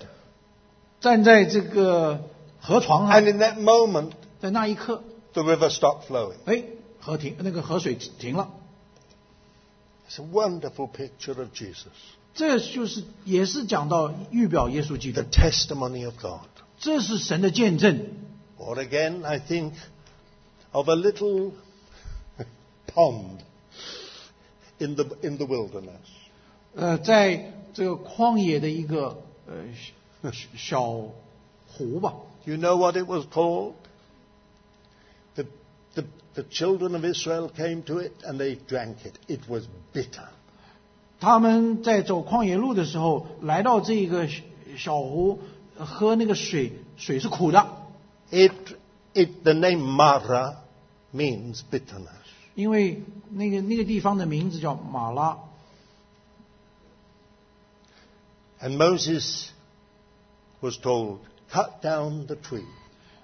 S2: 站在这个河床
S1: and
S2: 上，
S1: in that moment,
S2: 在那一刻，
S1: the river stopped flowing.
S2: 哎，河停，那个河水停了。
S1: It's a wonderful picture of Jesus,
S2: 这就是也是讲到预表耶稣基
S1: the
S2: 督，
S1: testimony of God.
S2: 这是神的见证。
S1: Or again, I think of a little pond in the, in the wilderness.
S2: 呃，在这个旷野的一个呃小小湖吧，
S1: You know what it was called? The, the, the children of Israel came to it and they drank it. It was bitter.
S2: 他们在走旷野路的时候，来到这个小小湖，呃喝那个水，水是苦的，
S1: It, it, the name Mara means bitterness.
S2: 因为那个那个地方的名字叫马拉。
S1: And Moses was told, cut down the tree.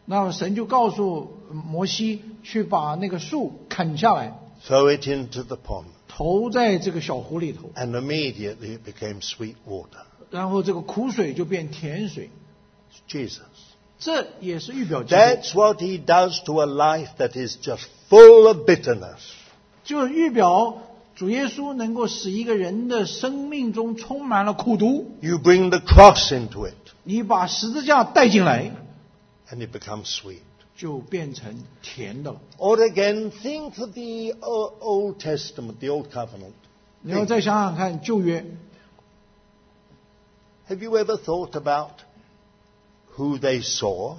S2: 那么神就告诉摩西去把那个树砍下来，
S1: throw it into the pond,
S2: 投在这个小湖里头，
S1: and immediately it became sweet water.
S2: 然后这个苦水就变甜水，
S1: It's Jesus.
S2: 这也是预表基督
S1: That's what he does to a life that is just full of bitterness.
S2: 就是预表主耶稣能够使一个人的生命中充满了苦毒，
S1: You bring the cross into it,
S2: 你把十字架带进来，
S1: and it becomes sweet.
S2: 就变成甜的了。
S1: Or again, think of the uh, Old Testament, the Old Covenant.
S2: 然后再想想看旧约，
S1: Have you ever thought about who they saw?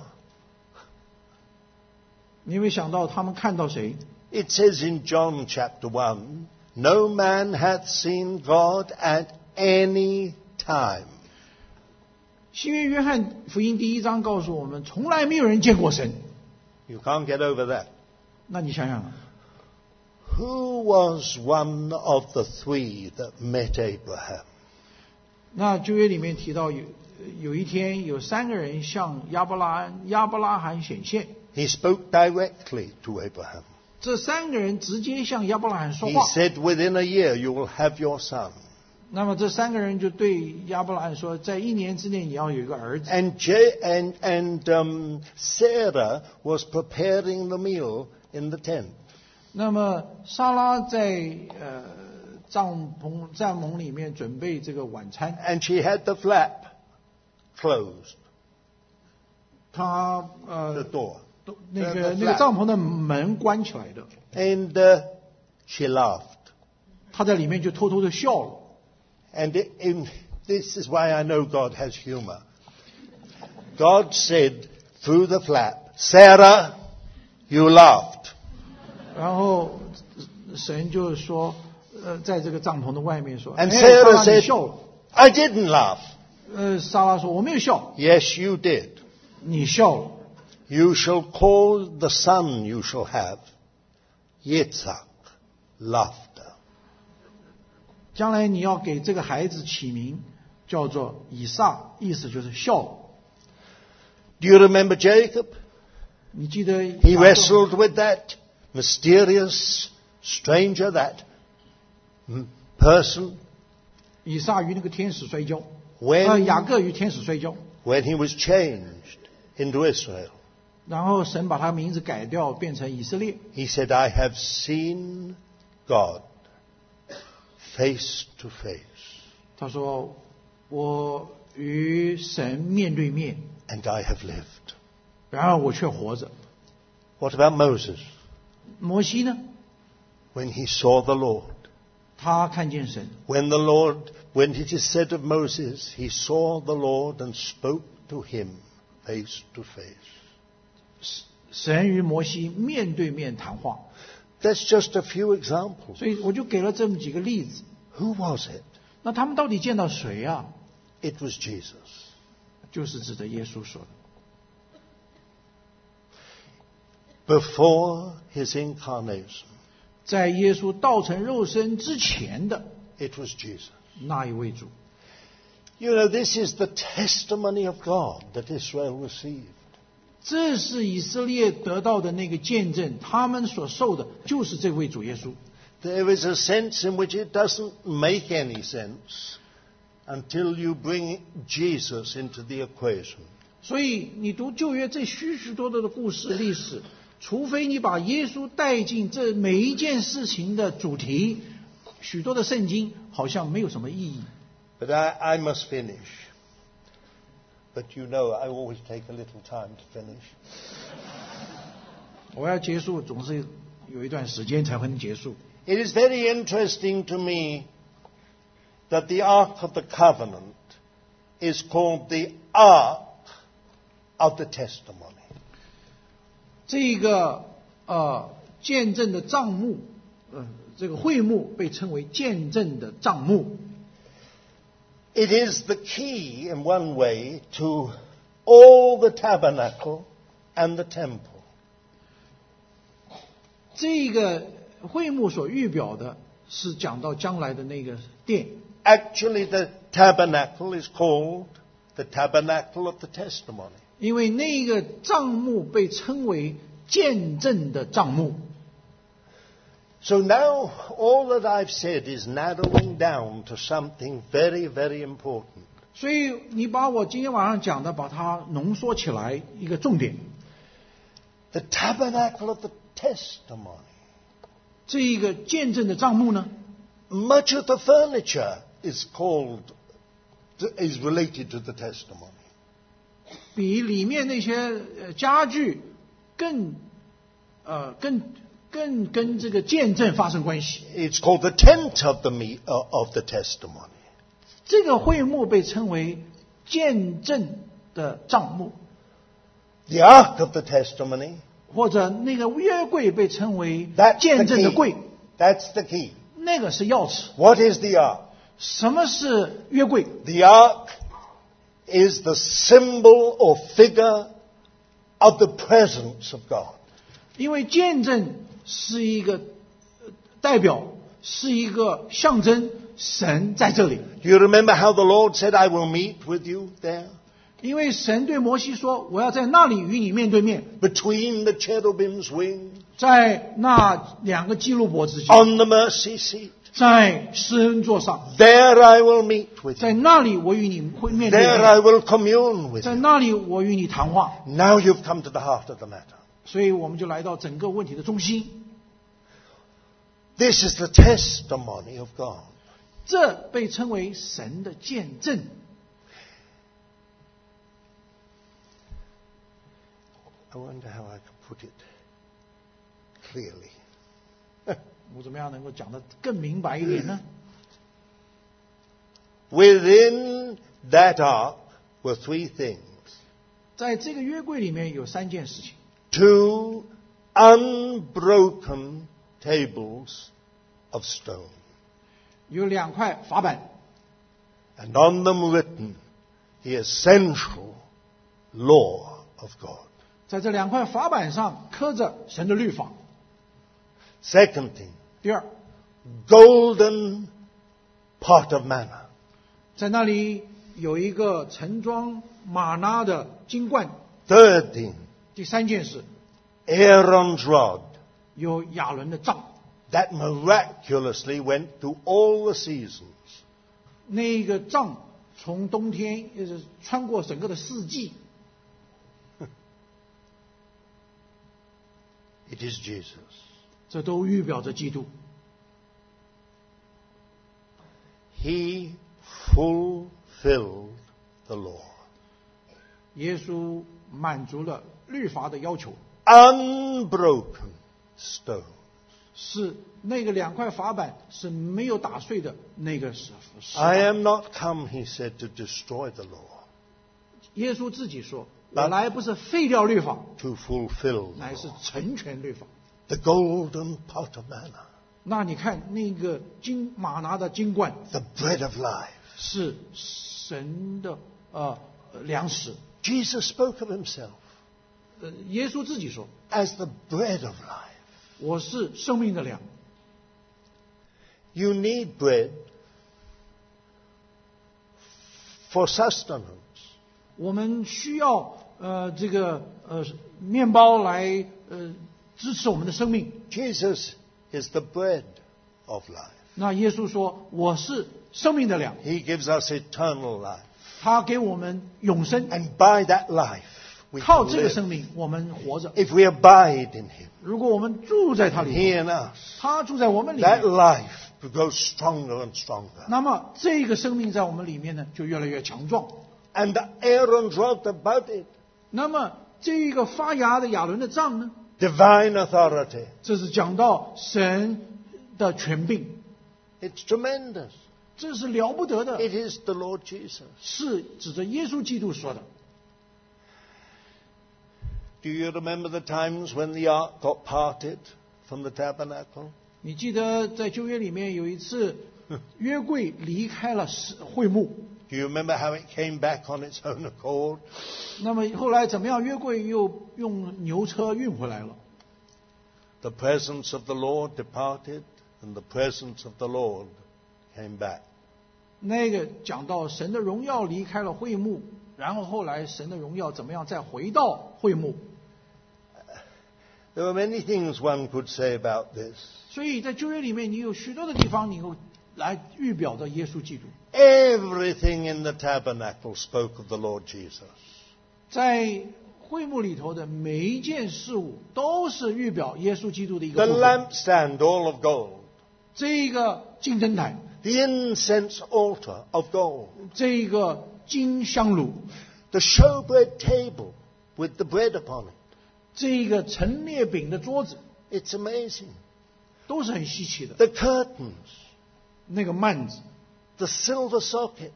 S2: 你会想到他们看到谁？
S1: It says in John chapter 1 No man hath seen God at any time.
S2: 新约约翰福音第一章告诉我们，从来没有人见过神。
S1: You can't get over that.
S2: 那你想啊想，
S1: Who was one of the three that met Abraham?
S2: 那旧约里面提到有有一天有三个人向亚伯拉罕亚伯拉罕显现，
S1: He spoke directly to Abraham.
S2: 这三个人直接向亚伯拉罕说
S1: He
S2: 话。
S1: said, Within a year you will have your son.
S2: 那么这三个人就对亚伯拉罕说，在一年之内你要有一个儿子。
S1: And, J- and, and um, Sarah was preparing the meal in the tent.
S2: 那么莎拉在呃帐篷帐篷里面准备这个晚餐，
S1: and she had the flap closed,
S2: 她
S1: the
S2: 呃
S1: door.
S2: 都那个
S1: the
S2: 那个
S1: flap
S2: 帐篷的门关起来的，
S1: And uh, she laughed.
S2: 她在里面就偷偷的笑了。
S1: And i- in, this is why I know God has humor. God said through the flap, Sarah, you laughed.
S2: 然后神就说，呃，在这个帐篷的外面说，哎，
S1: And
S2: 莎
S1: Sarah
S2: 拉你
S1: said,
S2: 笑了。
S1: I didn't laugh.
S2: 呃，莎拉说我没有笑，
S1: Yes, you did.
S2: 你笑了。
S1: You shall call the son you shall have Yitzhak, laughter.
S2: 将来你要给这个孩子起名叫做以撒，意思就是笑了。
S1: Do you remember Jacob?
S2: 你记得
S1: He
S2: 雅各
S1: wrestled with that mysterious stranger, that mm, person,
S2: 以撒与那个天使摔跤，呃，
S1: when,
S2: 雅各与天使摔跤，
S1: when he was changed into Israel.
S2: 然后神把他名字改掉，变成以色列。
S1: He said, I have seen God face to face,
S2: 他说：“我与神面对面，
S1: and I have lived.
S2: 然而我却活着。
S1: What about Moses
S2: 摩西呢？
S1: when he saw the Lord?
S2: 他看见神，
S1: When the Lord, when it is said of Moses, he saw the Lord and spoke to him face to face.
S2: 神与摩西面对面谈话。
S1: That's just a few examples.
S2: 所以我就给了这么几个例子。
S1: Who was it?
S2: 那他们到底见到谁啊？
S1: It was Jesus.
S2: 就是指着耶稣说的。
S1: Before his incarnation,
S2: 在耶稣道成肉身之前的
S1: it was Jesus.
S2: 那一位主。
S1: You know, this is the testimony of God that Israel received.
S2: 这是以色列得到的那个见证，他们所受的就是这位主耶稣。
S1: There is a sense in which it doesn't make any sense until you bring Jesus into the equation.
S2: 所以你读旧约这许许多多的故事历史，除非你把耶稣带进这每一件事情的主题，许多的圣经好像没有什么意义。
S1: But I, I must finish. But you know, I always take a little time to finish.
S2: 我要结束，总是有一段时间才会能结束。
S1: It is very interesting to me that the Ark of the Covenant is called the Ark of the Testimony.
S2: 这个呃见证的账目，呃这个会幕被称为见证的账目，
S1: It is the key, in one way, to all the tabernacle and the temple.
S2: 这个会幕所预表的是讲到将来的那个殿，
S1: Actually, the tabernacle is called the tabernacle of the testimony.
S2: 因为那个账目被称为见证的账目。
S1: So now all that I've said is narrowing down to something very, very important.
S2: 所以你把我今天晚上讲的把它浓缩起来一个重点，
S1: The tabernacle of the testimony.
S2: 这一个见证的账目呢，
S1: Much of the furniture is called, is related to the testimony.
S2: 比里面那些呃家具更呃更更跟这个见证发生关系。
S1: It's called the tent of the, me, uh, of the testimony.
S2: 这个会幕被称为见证的帐幕，
S1: The ark of the testimony.
S2: 或者那个约柜被称为
S1: That's
S2: 见证的
S1: the
S2: 柜
S1: key.，That's the key.
S2: 那个是钥匙。
S1: What is the ark?
S2: 什么是约柜？
S1: The ark is the symbol or figure of the presence of God.
S2: 因为见证是一个呃代表，是一个象征，神在这里。
S1: You remember how the Lord said, I will meet with you there?
S2: 因为神对摩西说：“我要在那里与你面对面。”
S1: Between the cherubim's wings,
S2: 在那两个基路伯之间，
S1: on the mercy seat.
S2: 在施恩座上，
S1: There I will meet with
S2: 在
S1: you.
S2: 那里我与你会面对
S1: There I
S2: 面，
S1: will commune with
S2: 在
S1: you.
S2: 那里我与你谈话。
S1: Now you've come to the heart of the matter.
S2: 所以我们就来到整个问题的中心。
S1: This is the testimony of God.
S2: 这被称为神的见证。
S1: I wonder how I can put it clearly.
S2: 我怎么样能够讲得更明白一点呢？
S1: Within that ark were three things
S2: 在这个约柜里面有三件事情：
S1: two unbroken tables of stone,
S2: 有两块法板，
S1: and on them written the essential law of God.
S2: 在这两块法板上刻着神的律法。
S1: Second thing,
S2: 第二，
S1: golden pot of manna.
S2: 在那里有一个盛装玛纳的金冠。
S1: Third thing,
S2: 第三件事，
S1: Aaron's rod
S2: 有亚伦的杖，
S1: that miraculously went through all the seasons.
S2: 那个杖从冬天就是穿过整个的四季，
S1: It is Jesus.
S2: 这都预表着基督，
S1: He fulfilled the law.
S2: 耶稣满足了律法的要求，
S1: Unbroken stone.
S2: 是那个两块法板是没有打碎的那个石石
S1: I
S2: 板。
S1: am not come, he said, to destroy the law,
S2: 耶稣自己说：“
S1: 那
S2: 我来不是废掉律法，
S1: to fulfill the
S2: 乃是
S1: law.
S2: 成全律法。
S1: The golden pot of manna, ”
S2: 那你看那个金马拿的金冠
S1: the bread of life.
S2: 是神的呃粮食，
S1: Jesus spoke of himself
S2: 呃，耶稣自己说
S1: as the bread of life.：“
S2: 我是生命的粮。”
S1: You need bread for sustenance.
S2: 我们需要呃这个呃面包来呃支持我们的生命。
S1: Jesus is the bread of life.
S2: 那耶稣说：“我是生命的粮，
S1: He gives us eternal life.
S2: 他给我们永生，
S1: And by that life, we
S2: 靠
S1: can
S2: 这个生
S1: live.
S2: 命我们活着。
S1: If we abide in Him,
S2: 如果我们住在他里
S1: He
S2: 面，
S1: in us,
S2: 他住在我们里
S1: that
S2: 面，
S1: life grows stronger and stronger.
S2: 那么这个生命在我们里面呢就越来越强壮。
S1: And Aaron wrote about it
S2: 那么这个发芽的亚伦的杖呢，
S1: divine authority.
S2: 这是讲到神的权柄，
S1: It's tremendous.
S2: 这是了不得的，
S1: It is the Lord Jesus.
S2: 是指着耶稣基督说的。
S1: Do you remember the times when the ark got parted from the tabernacle?
S2: 你记得在旧约里面有一次，呃约柜离开了是会幕，
S1: Do you remember how it came back on its own accord?
S2: 那么后来怎么样？约柜又用牛车运回来了。
S1: The presence of the Lord departed, and the presence of the Lord came back.
S2: 那个讲到神的荣耀离开了会幕，然后后来神的荣耀怎么样再回到会幕？
S1: There are many things one could say about this.
S2: 所以在旧约里面，你有许多的地方你够来预表着耶稣基督。
S1: Everything in the tabernacle spoke of the Lord Jesus.
S2: 在会幕里头的每一件事物都是预表耶稣基督的一
S1: The
S2: 个部分。
S1: lampstand, all of gold.
S2: 这个金灯台，
S1: The incense altar of gold.
S2: 这个金香炉，
S1: The showbread table with the bread upon it.
S2: 这个陈列饼的桌子
S1: It's amazing.
S2: 都是很稀奇的，
S1: The curtains.
S2: 那个幔子，
S1: The silver sockets.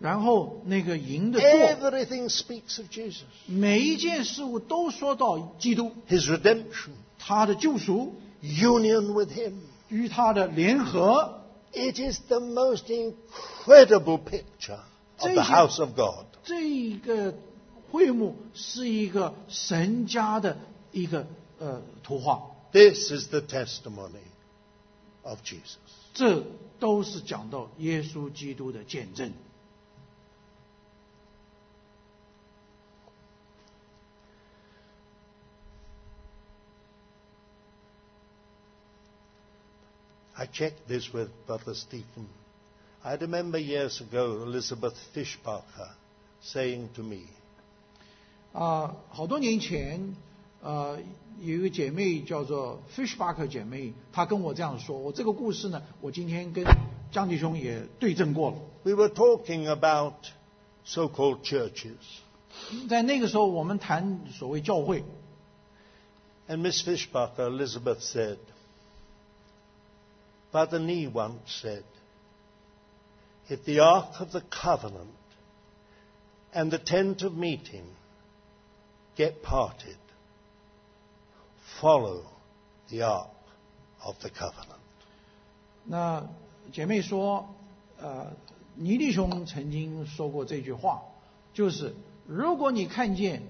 S2: 然后那个银的座，
S1: Everything speaks of Jesus.
S2: 每一件事物都说到基督，
S1: His redemption.
S2: 他的救赎
S1: Union with Him.
S2: 与他的联合，
S1: It is the most incredible picture of the
S2: Thank you.
S1: house of God.
S2: 这个会幕是一个神家的一个呃图画，
S1: This is the testimony of Jesus.
S2: 这都是讲到耶稣基督的见证。
S1: I checked this with Brother Stephen. I remember years ago Elizabeth Fishbacher saying to me,
S2: 啊、好多年前，呃，有一个姐妹叫做 Fishbacher 姐妹，她跟我这样说，我这个故事呢，我今天跟江弟兄也对证过了。
S1: We were talking about so called churches,
S2: 在那个时候，我们谈所谓教会，
S1: and Miss Fishbacher, Elizabeth said, Father Nee once said, if the Ark of the Covenant and the Tent of Meeting get parted, follow the Ark of the Covenant.
S2: 那姐妹说，呃，尼弟兄曾经说过这句话，就是如果你看见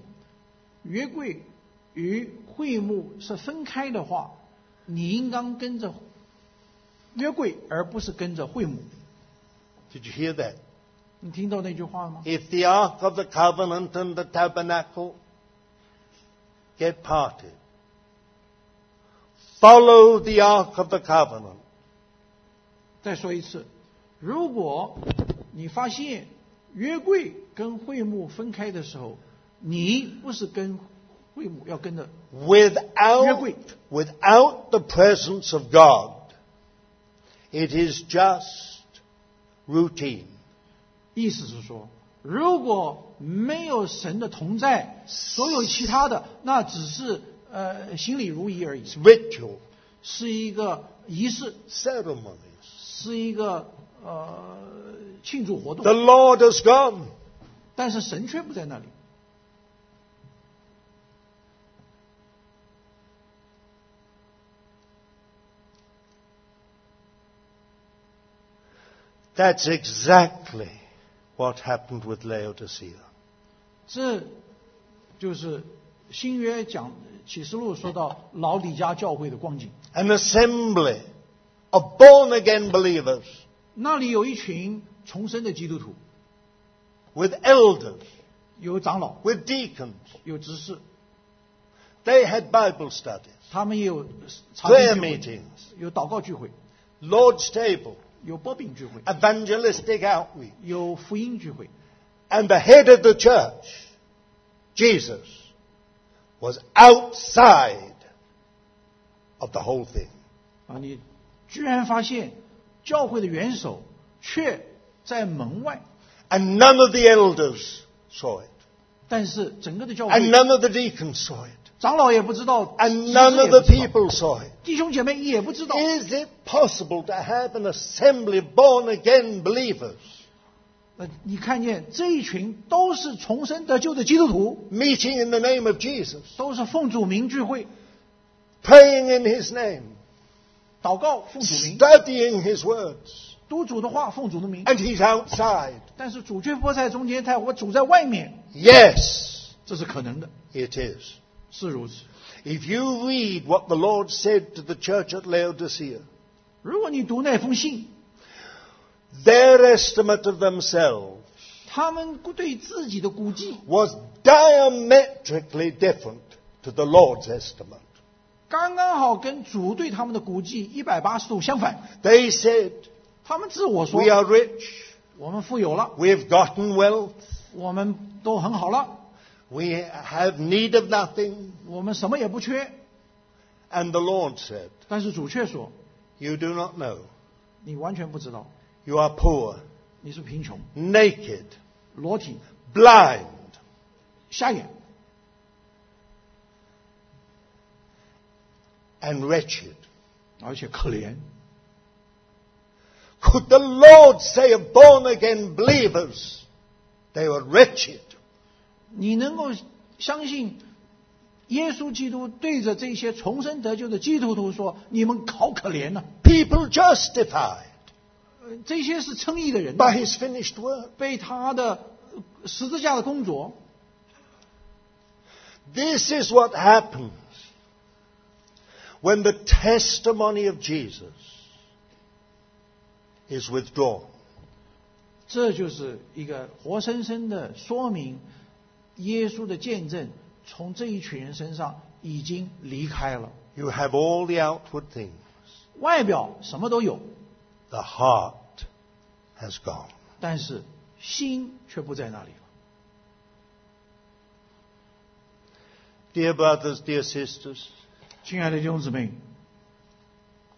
S2: 约柜与会幕是分开的话，你应当跟着约柜，而不是跟着会幕。
S1: Did you hear that?
S2: 你听到那句话了吗？
S1: If the Ark of the Covenant and the Tabernacle get parted, follow the Ark of the Covenant.
S2: 再说一次，如果你发现约柜跟会幕分开的时候，你不是跟会幕，要跟着
S1: Without,
S2: Wait.
S1: without the presence of God, it is just routine.
S2: 意思是说，如果没有神的同在，所有其他的那只是呃行礼如仪而已，
S1: It's ritual,
S2: 是一个仪式，
S1: ceremonies.
S2: 是一个呃庆祝活
S1: The
S2: 动。
S1: Lord has gone.
S2: 但是神却不在那里。
S1: That's exactly what happened with Laodicea.
S2: 这就是新约讲启示录说到老底家教会的光景，
S1: An assembly of born again believers
S2: 那里有一群重生的基督徒，
S1: with elders,
S2: 有长老，
S1: with deacons.
S2: 有执事，
S1: They had Bible studies,
S2: 他们也有查经
S1: prayer
S2: 聚会，
S1: meetings,
S2: 有祷告聚会，
S1: Lord's table,
S2: 有波饼聚会。
S1: evangelistic outreach.
S2: 有福音聚会，
S1: And the head of the church, Jesus, was outside of the whole thing.
S2: 啊，你居然发现教会的元首却在门外，
S1: And none of the elders saw it.
S2: 但是整个的教
S1: And
S2: 会
S1: none of the deacons saw it.
S2: 长老也不知道，
S1: And
S2: 执
S1: none
S2: 事也
S1: of
S2: 不
S1: the
S2: 知道
S1: people 嗯 saw it.
S2: 弟兄姐妹也不知道，
S1: Is it possible to have an assembly of born again believers
S2: 那呃你看见这一群都是重生得救的基督徒，
S1: meeting in the name of Jesus,
S2: 都是奉主名聚会，
S1: praying in his name,
S2: 祷告奉主名，
S1: studying his words,
S2: 读主的话奉主的名，
S1: and he's outside?
S2: 但是主却不在中间，他我主在外面，
S1: Yes,
S2: 这是可能的，
S1: it is.
S2: 是如此。
S1: If you read what the Lord said to the church at Laodicea,
S2: 如果你读那封信，
S1: their estimate of themselves
S2: 他们对自己的估计
S1: was diametrically different to the Lord's estimate.
S2: 刚刚好跟主对他们的估计一百八十度相反。
S1: They said,
S2: 他们自我说
S1: We：“ are rich,
S2: 我们富有了，
S1: we've gotten wealth,
S2: 我们都很好了，
S1: we have need of nothing.
S2: 我们什么也不缺。
S1: And the Lord said, ”
S2: 但是主却说
S1: You do not know.：“
S2: 你完全不知道，
S1: You are poor,
S2: 你是贫穷、
S1: naked,
S2: 裸体、
S1: blind,
S2: 瞎眼
S1: and wretched.
S2: 而且可怜。
S1: Could the Lord say of born again believers, they were wretched? ”
S2: 你能够相信耶稣基督对着这些重生得救的基督徒说：“你们好可怜呐、
S1: People justified
S2: 呃这些是称义的人呐，
S1: by his finished work.
S2: 被他的呃十字架的工作
S1: This is what happens when the testimony of Jesus is withdrawn.
S2: 这就是一个活生生的说明，耶稣的见证从这一群人身上已经离开了。
S1: You have all the outward things,
S2: 外表什么都有，
S1: the heart has gone.
S2: 但是心却不在那里了。
S1: Dear brothers, dear sisters,
S2: 亲爱的弟兄姊妹，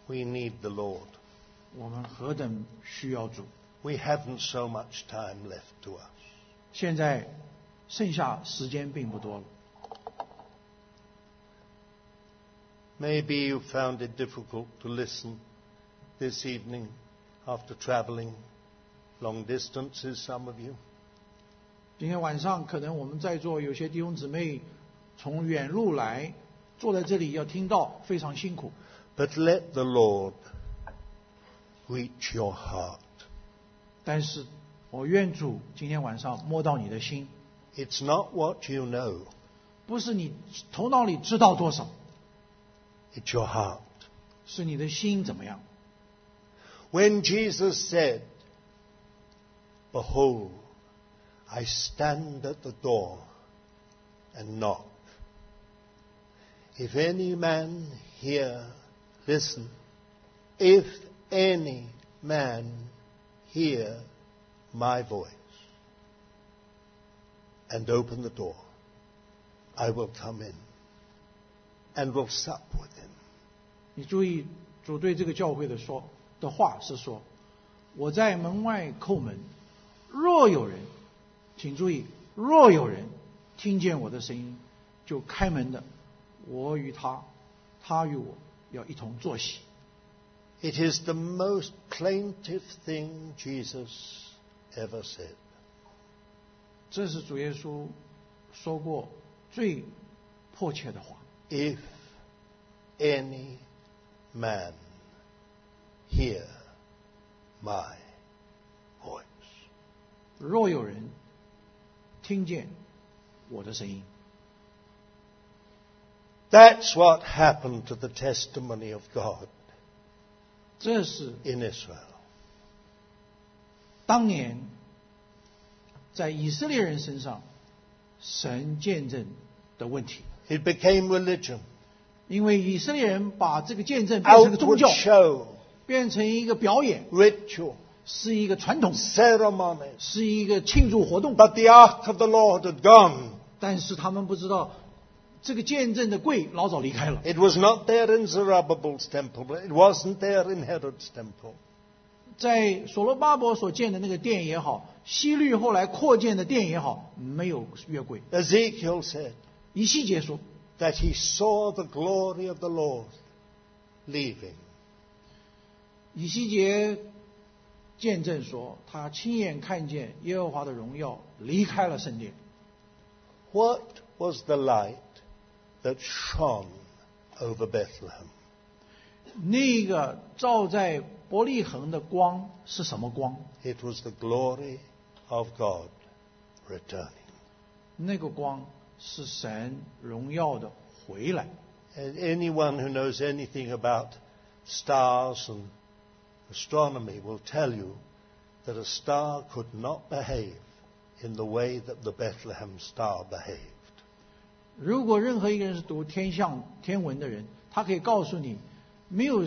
S1: we need the Lord.
S2: 我们何等需要主！
S1: We haven't so much time left to us.
S2: 现在剩下时间并不多了。
S1: Maybe you found it difficult to listen this evening after traveling long distances, some of you.
S2: 今天晚上可能我们在座有些弟兄姊妹从远路来，坐在这里要听到非常辛苦，
S1: But let the Lord reach your heart.
S2: 但是我愿主今天晚上摸到你的心，
S1: It's not what you know,
S2: 不是你头脑里知道多少，
S1: it's your heart.
S2: 是你的心怎么样。
S1: When Jesus said, Behold, I stand at the door and knock. If any man hear, listen, if any man hear my voice and open the door, I will come in and will sup with him.
S2: 你注意，主对这个教会的说的话是说：“我在门外叩门，若有人，请注意，若有人听见我的声音，就开门的，我与他，他与我要一同坐席。
S1: It is the most plaintive thing Jesus ever said. ”
S2: 这是主耶稣说过最迫切的话。
S1: If any man hear my voice.
S2: 若有人听见我的声音，
S1: That's what happened to the testimony of God
S2: 这是
S1: in Israel.
S2: 当年在以色列人身上神见证的问题，
S1: It became religion,
S2: 因为以色列人把这个见证变成个宗
S1: outward
S2: 教，
S1: show,
S2: 变成一个表演，
S1: ritual,
S2: 是一个传统，
S1: ceremonies.
S2: 是一个庆祝活动。
S1: But the ark of the Lord had gone.
S2: 但是他们不知道，这个见证的柜老早离开了，
S1: It was not there in Zerubbabel's temple. but It wasn't there in Herod's temple.
S2: 在所罗巴伯所建的那个殿也好，西律后来扩建的殿也好，没有月柜。
S1: Ezekiel said
S2: 以西结说，
S1: that he saw the glory of the Lord leaving.
S2: 以西结见证说，他亲眼看见耶和华的荣耀离开了圣殿。
S1: What was the light that shone over Bethlehem?
S2: 那个照在伯利恒的光是什么光？
S1: It was the glory of God returning.
S2: 那个光是神荣耀的回来。
S1: And anyone who knows anything about stars and astronomy will tell you that a star could not behave in the way that the Bethlehem star behaved.
S2: 如果任何一个人是读天象天文的人，他可以告诉你，没有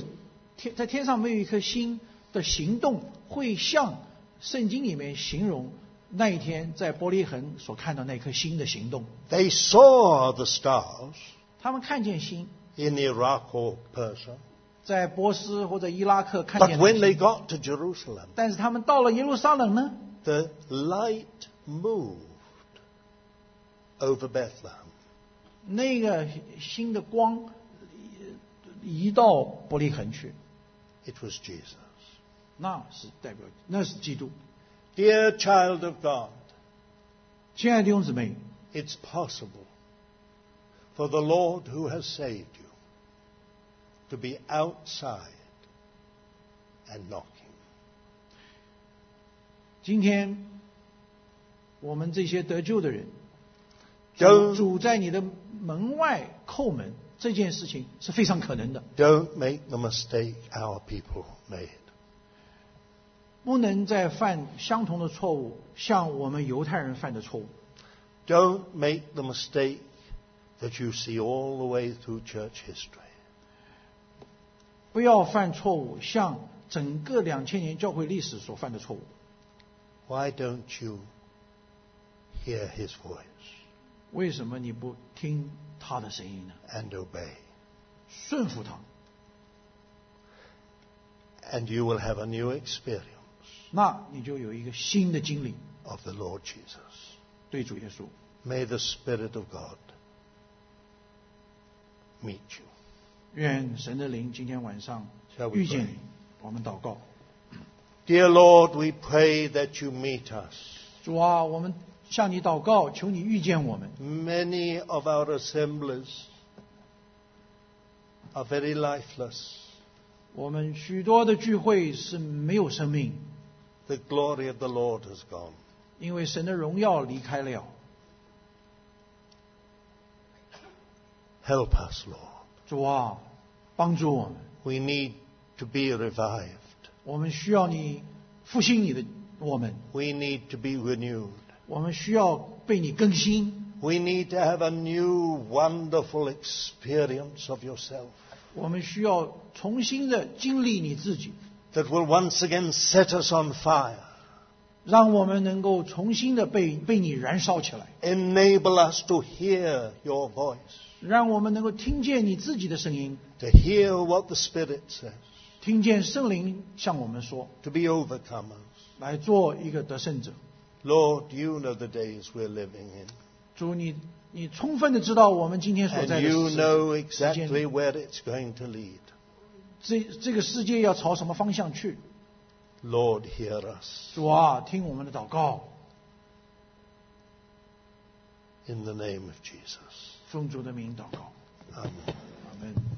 S2: 天在天上没有一颗星的行动会像圣经里面形容那一天在伯利恒所看到那颗星的行动。
S1: They saw the stars
S2: 他们看见星，
S1: in Iraq or Persia,
S2: 在波斯或者伊拉克看
S1: but
S2: 见
S1: when
S2: 那
S1: they
S2: 星，
S1: got to Jerusalem,
S2: 但是他们到了耶路撒冷呢，
S1: the light moved over Bethlehem.
S2: 那个星的光呃移到伯利恒去，
S1: It was Jesus.
S2: 那是代表，那是基督。
S1: Dear child of God,
S2: 亲爱的弟兄姊妹，
S1: it's possible for the Lord who has saved you to be outside and knocking.
S2: 今天我们这些得救的人，主
S1: Don't-
S2: 主在你的门外叩门这件事情是非常可能的，
S1: Don't make the mistake our people made.
S2: 不能再犯相同的错误，像我们犹太人犯的错误。
S1: Don't make the mistake that you see all the way through church history.
S2: 不要犯错误，像整个两千年教会历史所犯的错误。
S1: Why don't you hear his voice?
S2: 为什么你不听他的声音呢？
S1: and obey.
S2: 顺服他，
S1: And you will have a new experience
S2: 那你就有一个新的经历，
S1: of the Lord Jesus.
S2: 对主耶稣。
S1: May the Spirit of God meet you.
S2: 愿神的灵今天晚上
S1: Shall we
S2: 遇见
S1: pray?
S2: 你。我们祷告，
S1: Dear Lord, we pray that you meet us.
S2: 主啊，我们向你祷告，求你遇见我们。
S1: Many of our assemblies are very lifeless.
S2: 我们许多的聚会是没有生命，
S1: The glory of the Lord has gone.
S2: 因为神的荣耀离开了。
S1: Help us, Lord.
S2: 主啊，帮助我们，
S1: We need to be revived.
S2: 我们需要你复兴你的我们，
S1: We need to be renewed.
S2: 我们需要被你更新，
S1: We need to have a new, wonderful experience of yourself
S2: 我们需要重新的经历你自己，
S1: that will once again set us on fire,
S2: 让我们能够重新的被被你燃烧起来，
S1: enable us to hear your voice,
S2: 让我们能够听见你自己的声音，
S1: to hear what the Spirit says,
S2: 听见圣灵向我们说，
S1: to be overcomers.
S2: 来做一个得胜者。
S1: Lord, you know the days we're living in,
S2: 主你，你充分的知道我们今天所在
S1: and
S2: 的
S1: you
S2: 世界
S1: know exactly where it's going to lead.
S2: 这这个世界要朝什么方向去。
S1: Lord, hear us
S2: 主啊，听我们的祷告，
S1: in the name of Jesus.
S2: 奉主的名祷告，
S1: Amen.
S2: 阿门。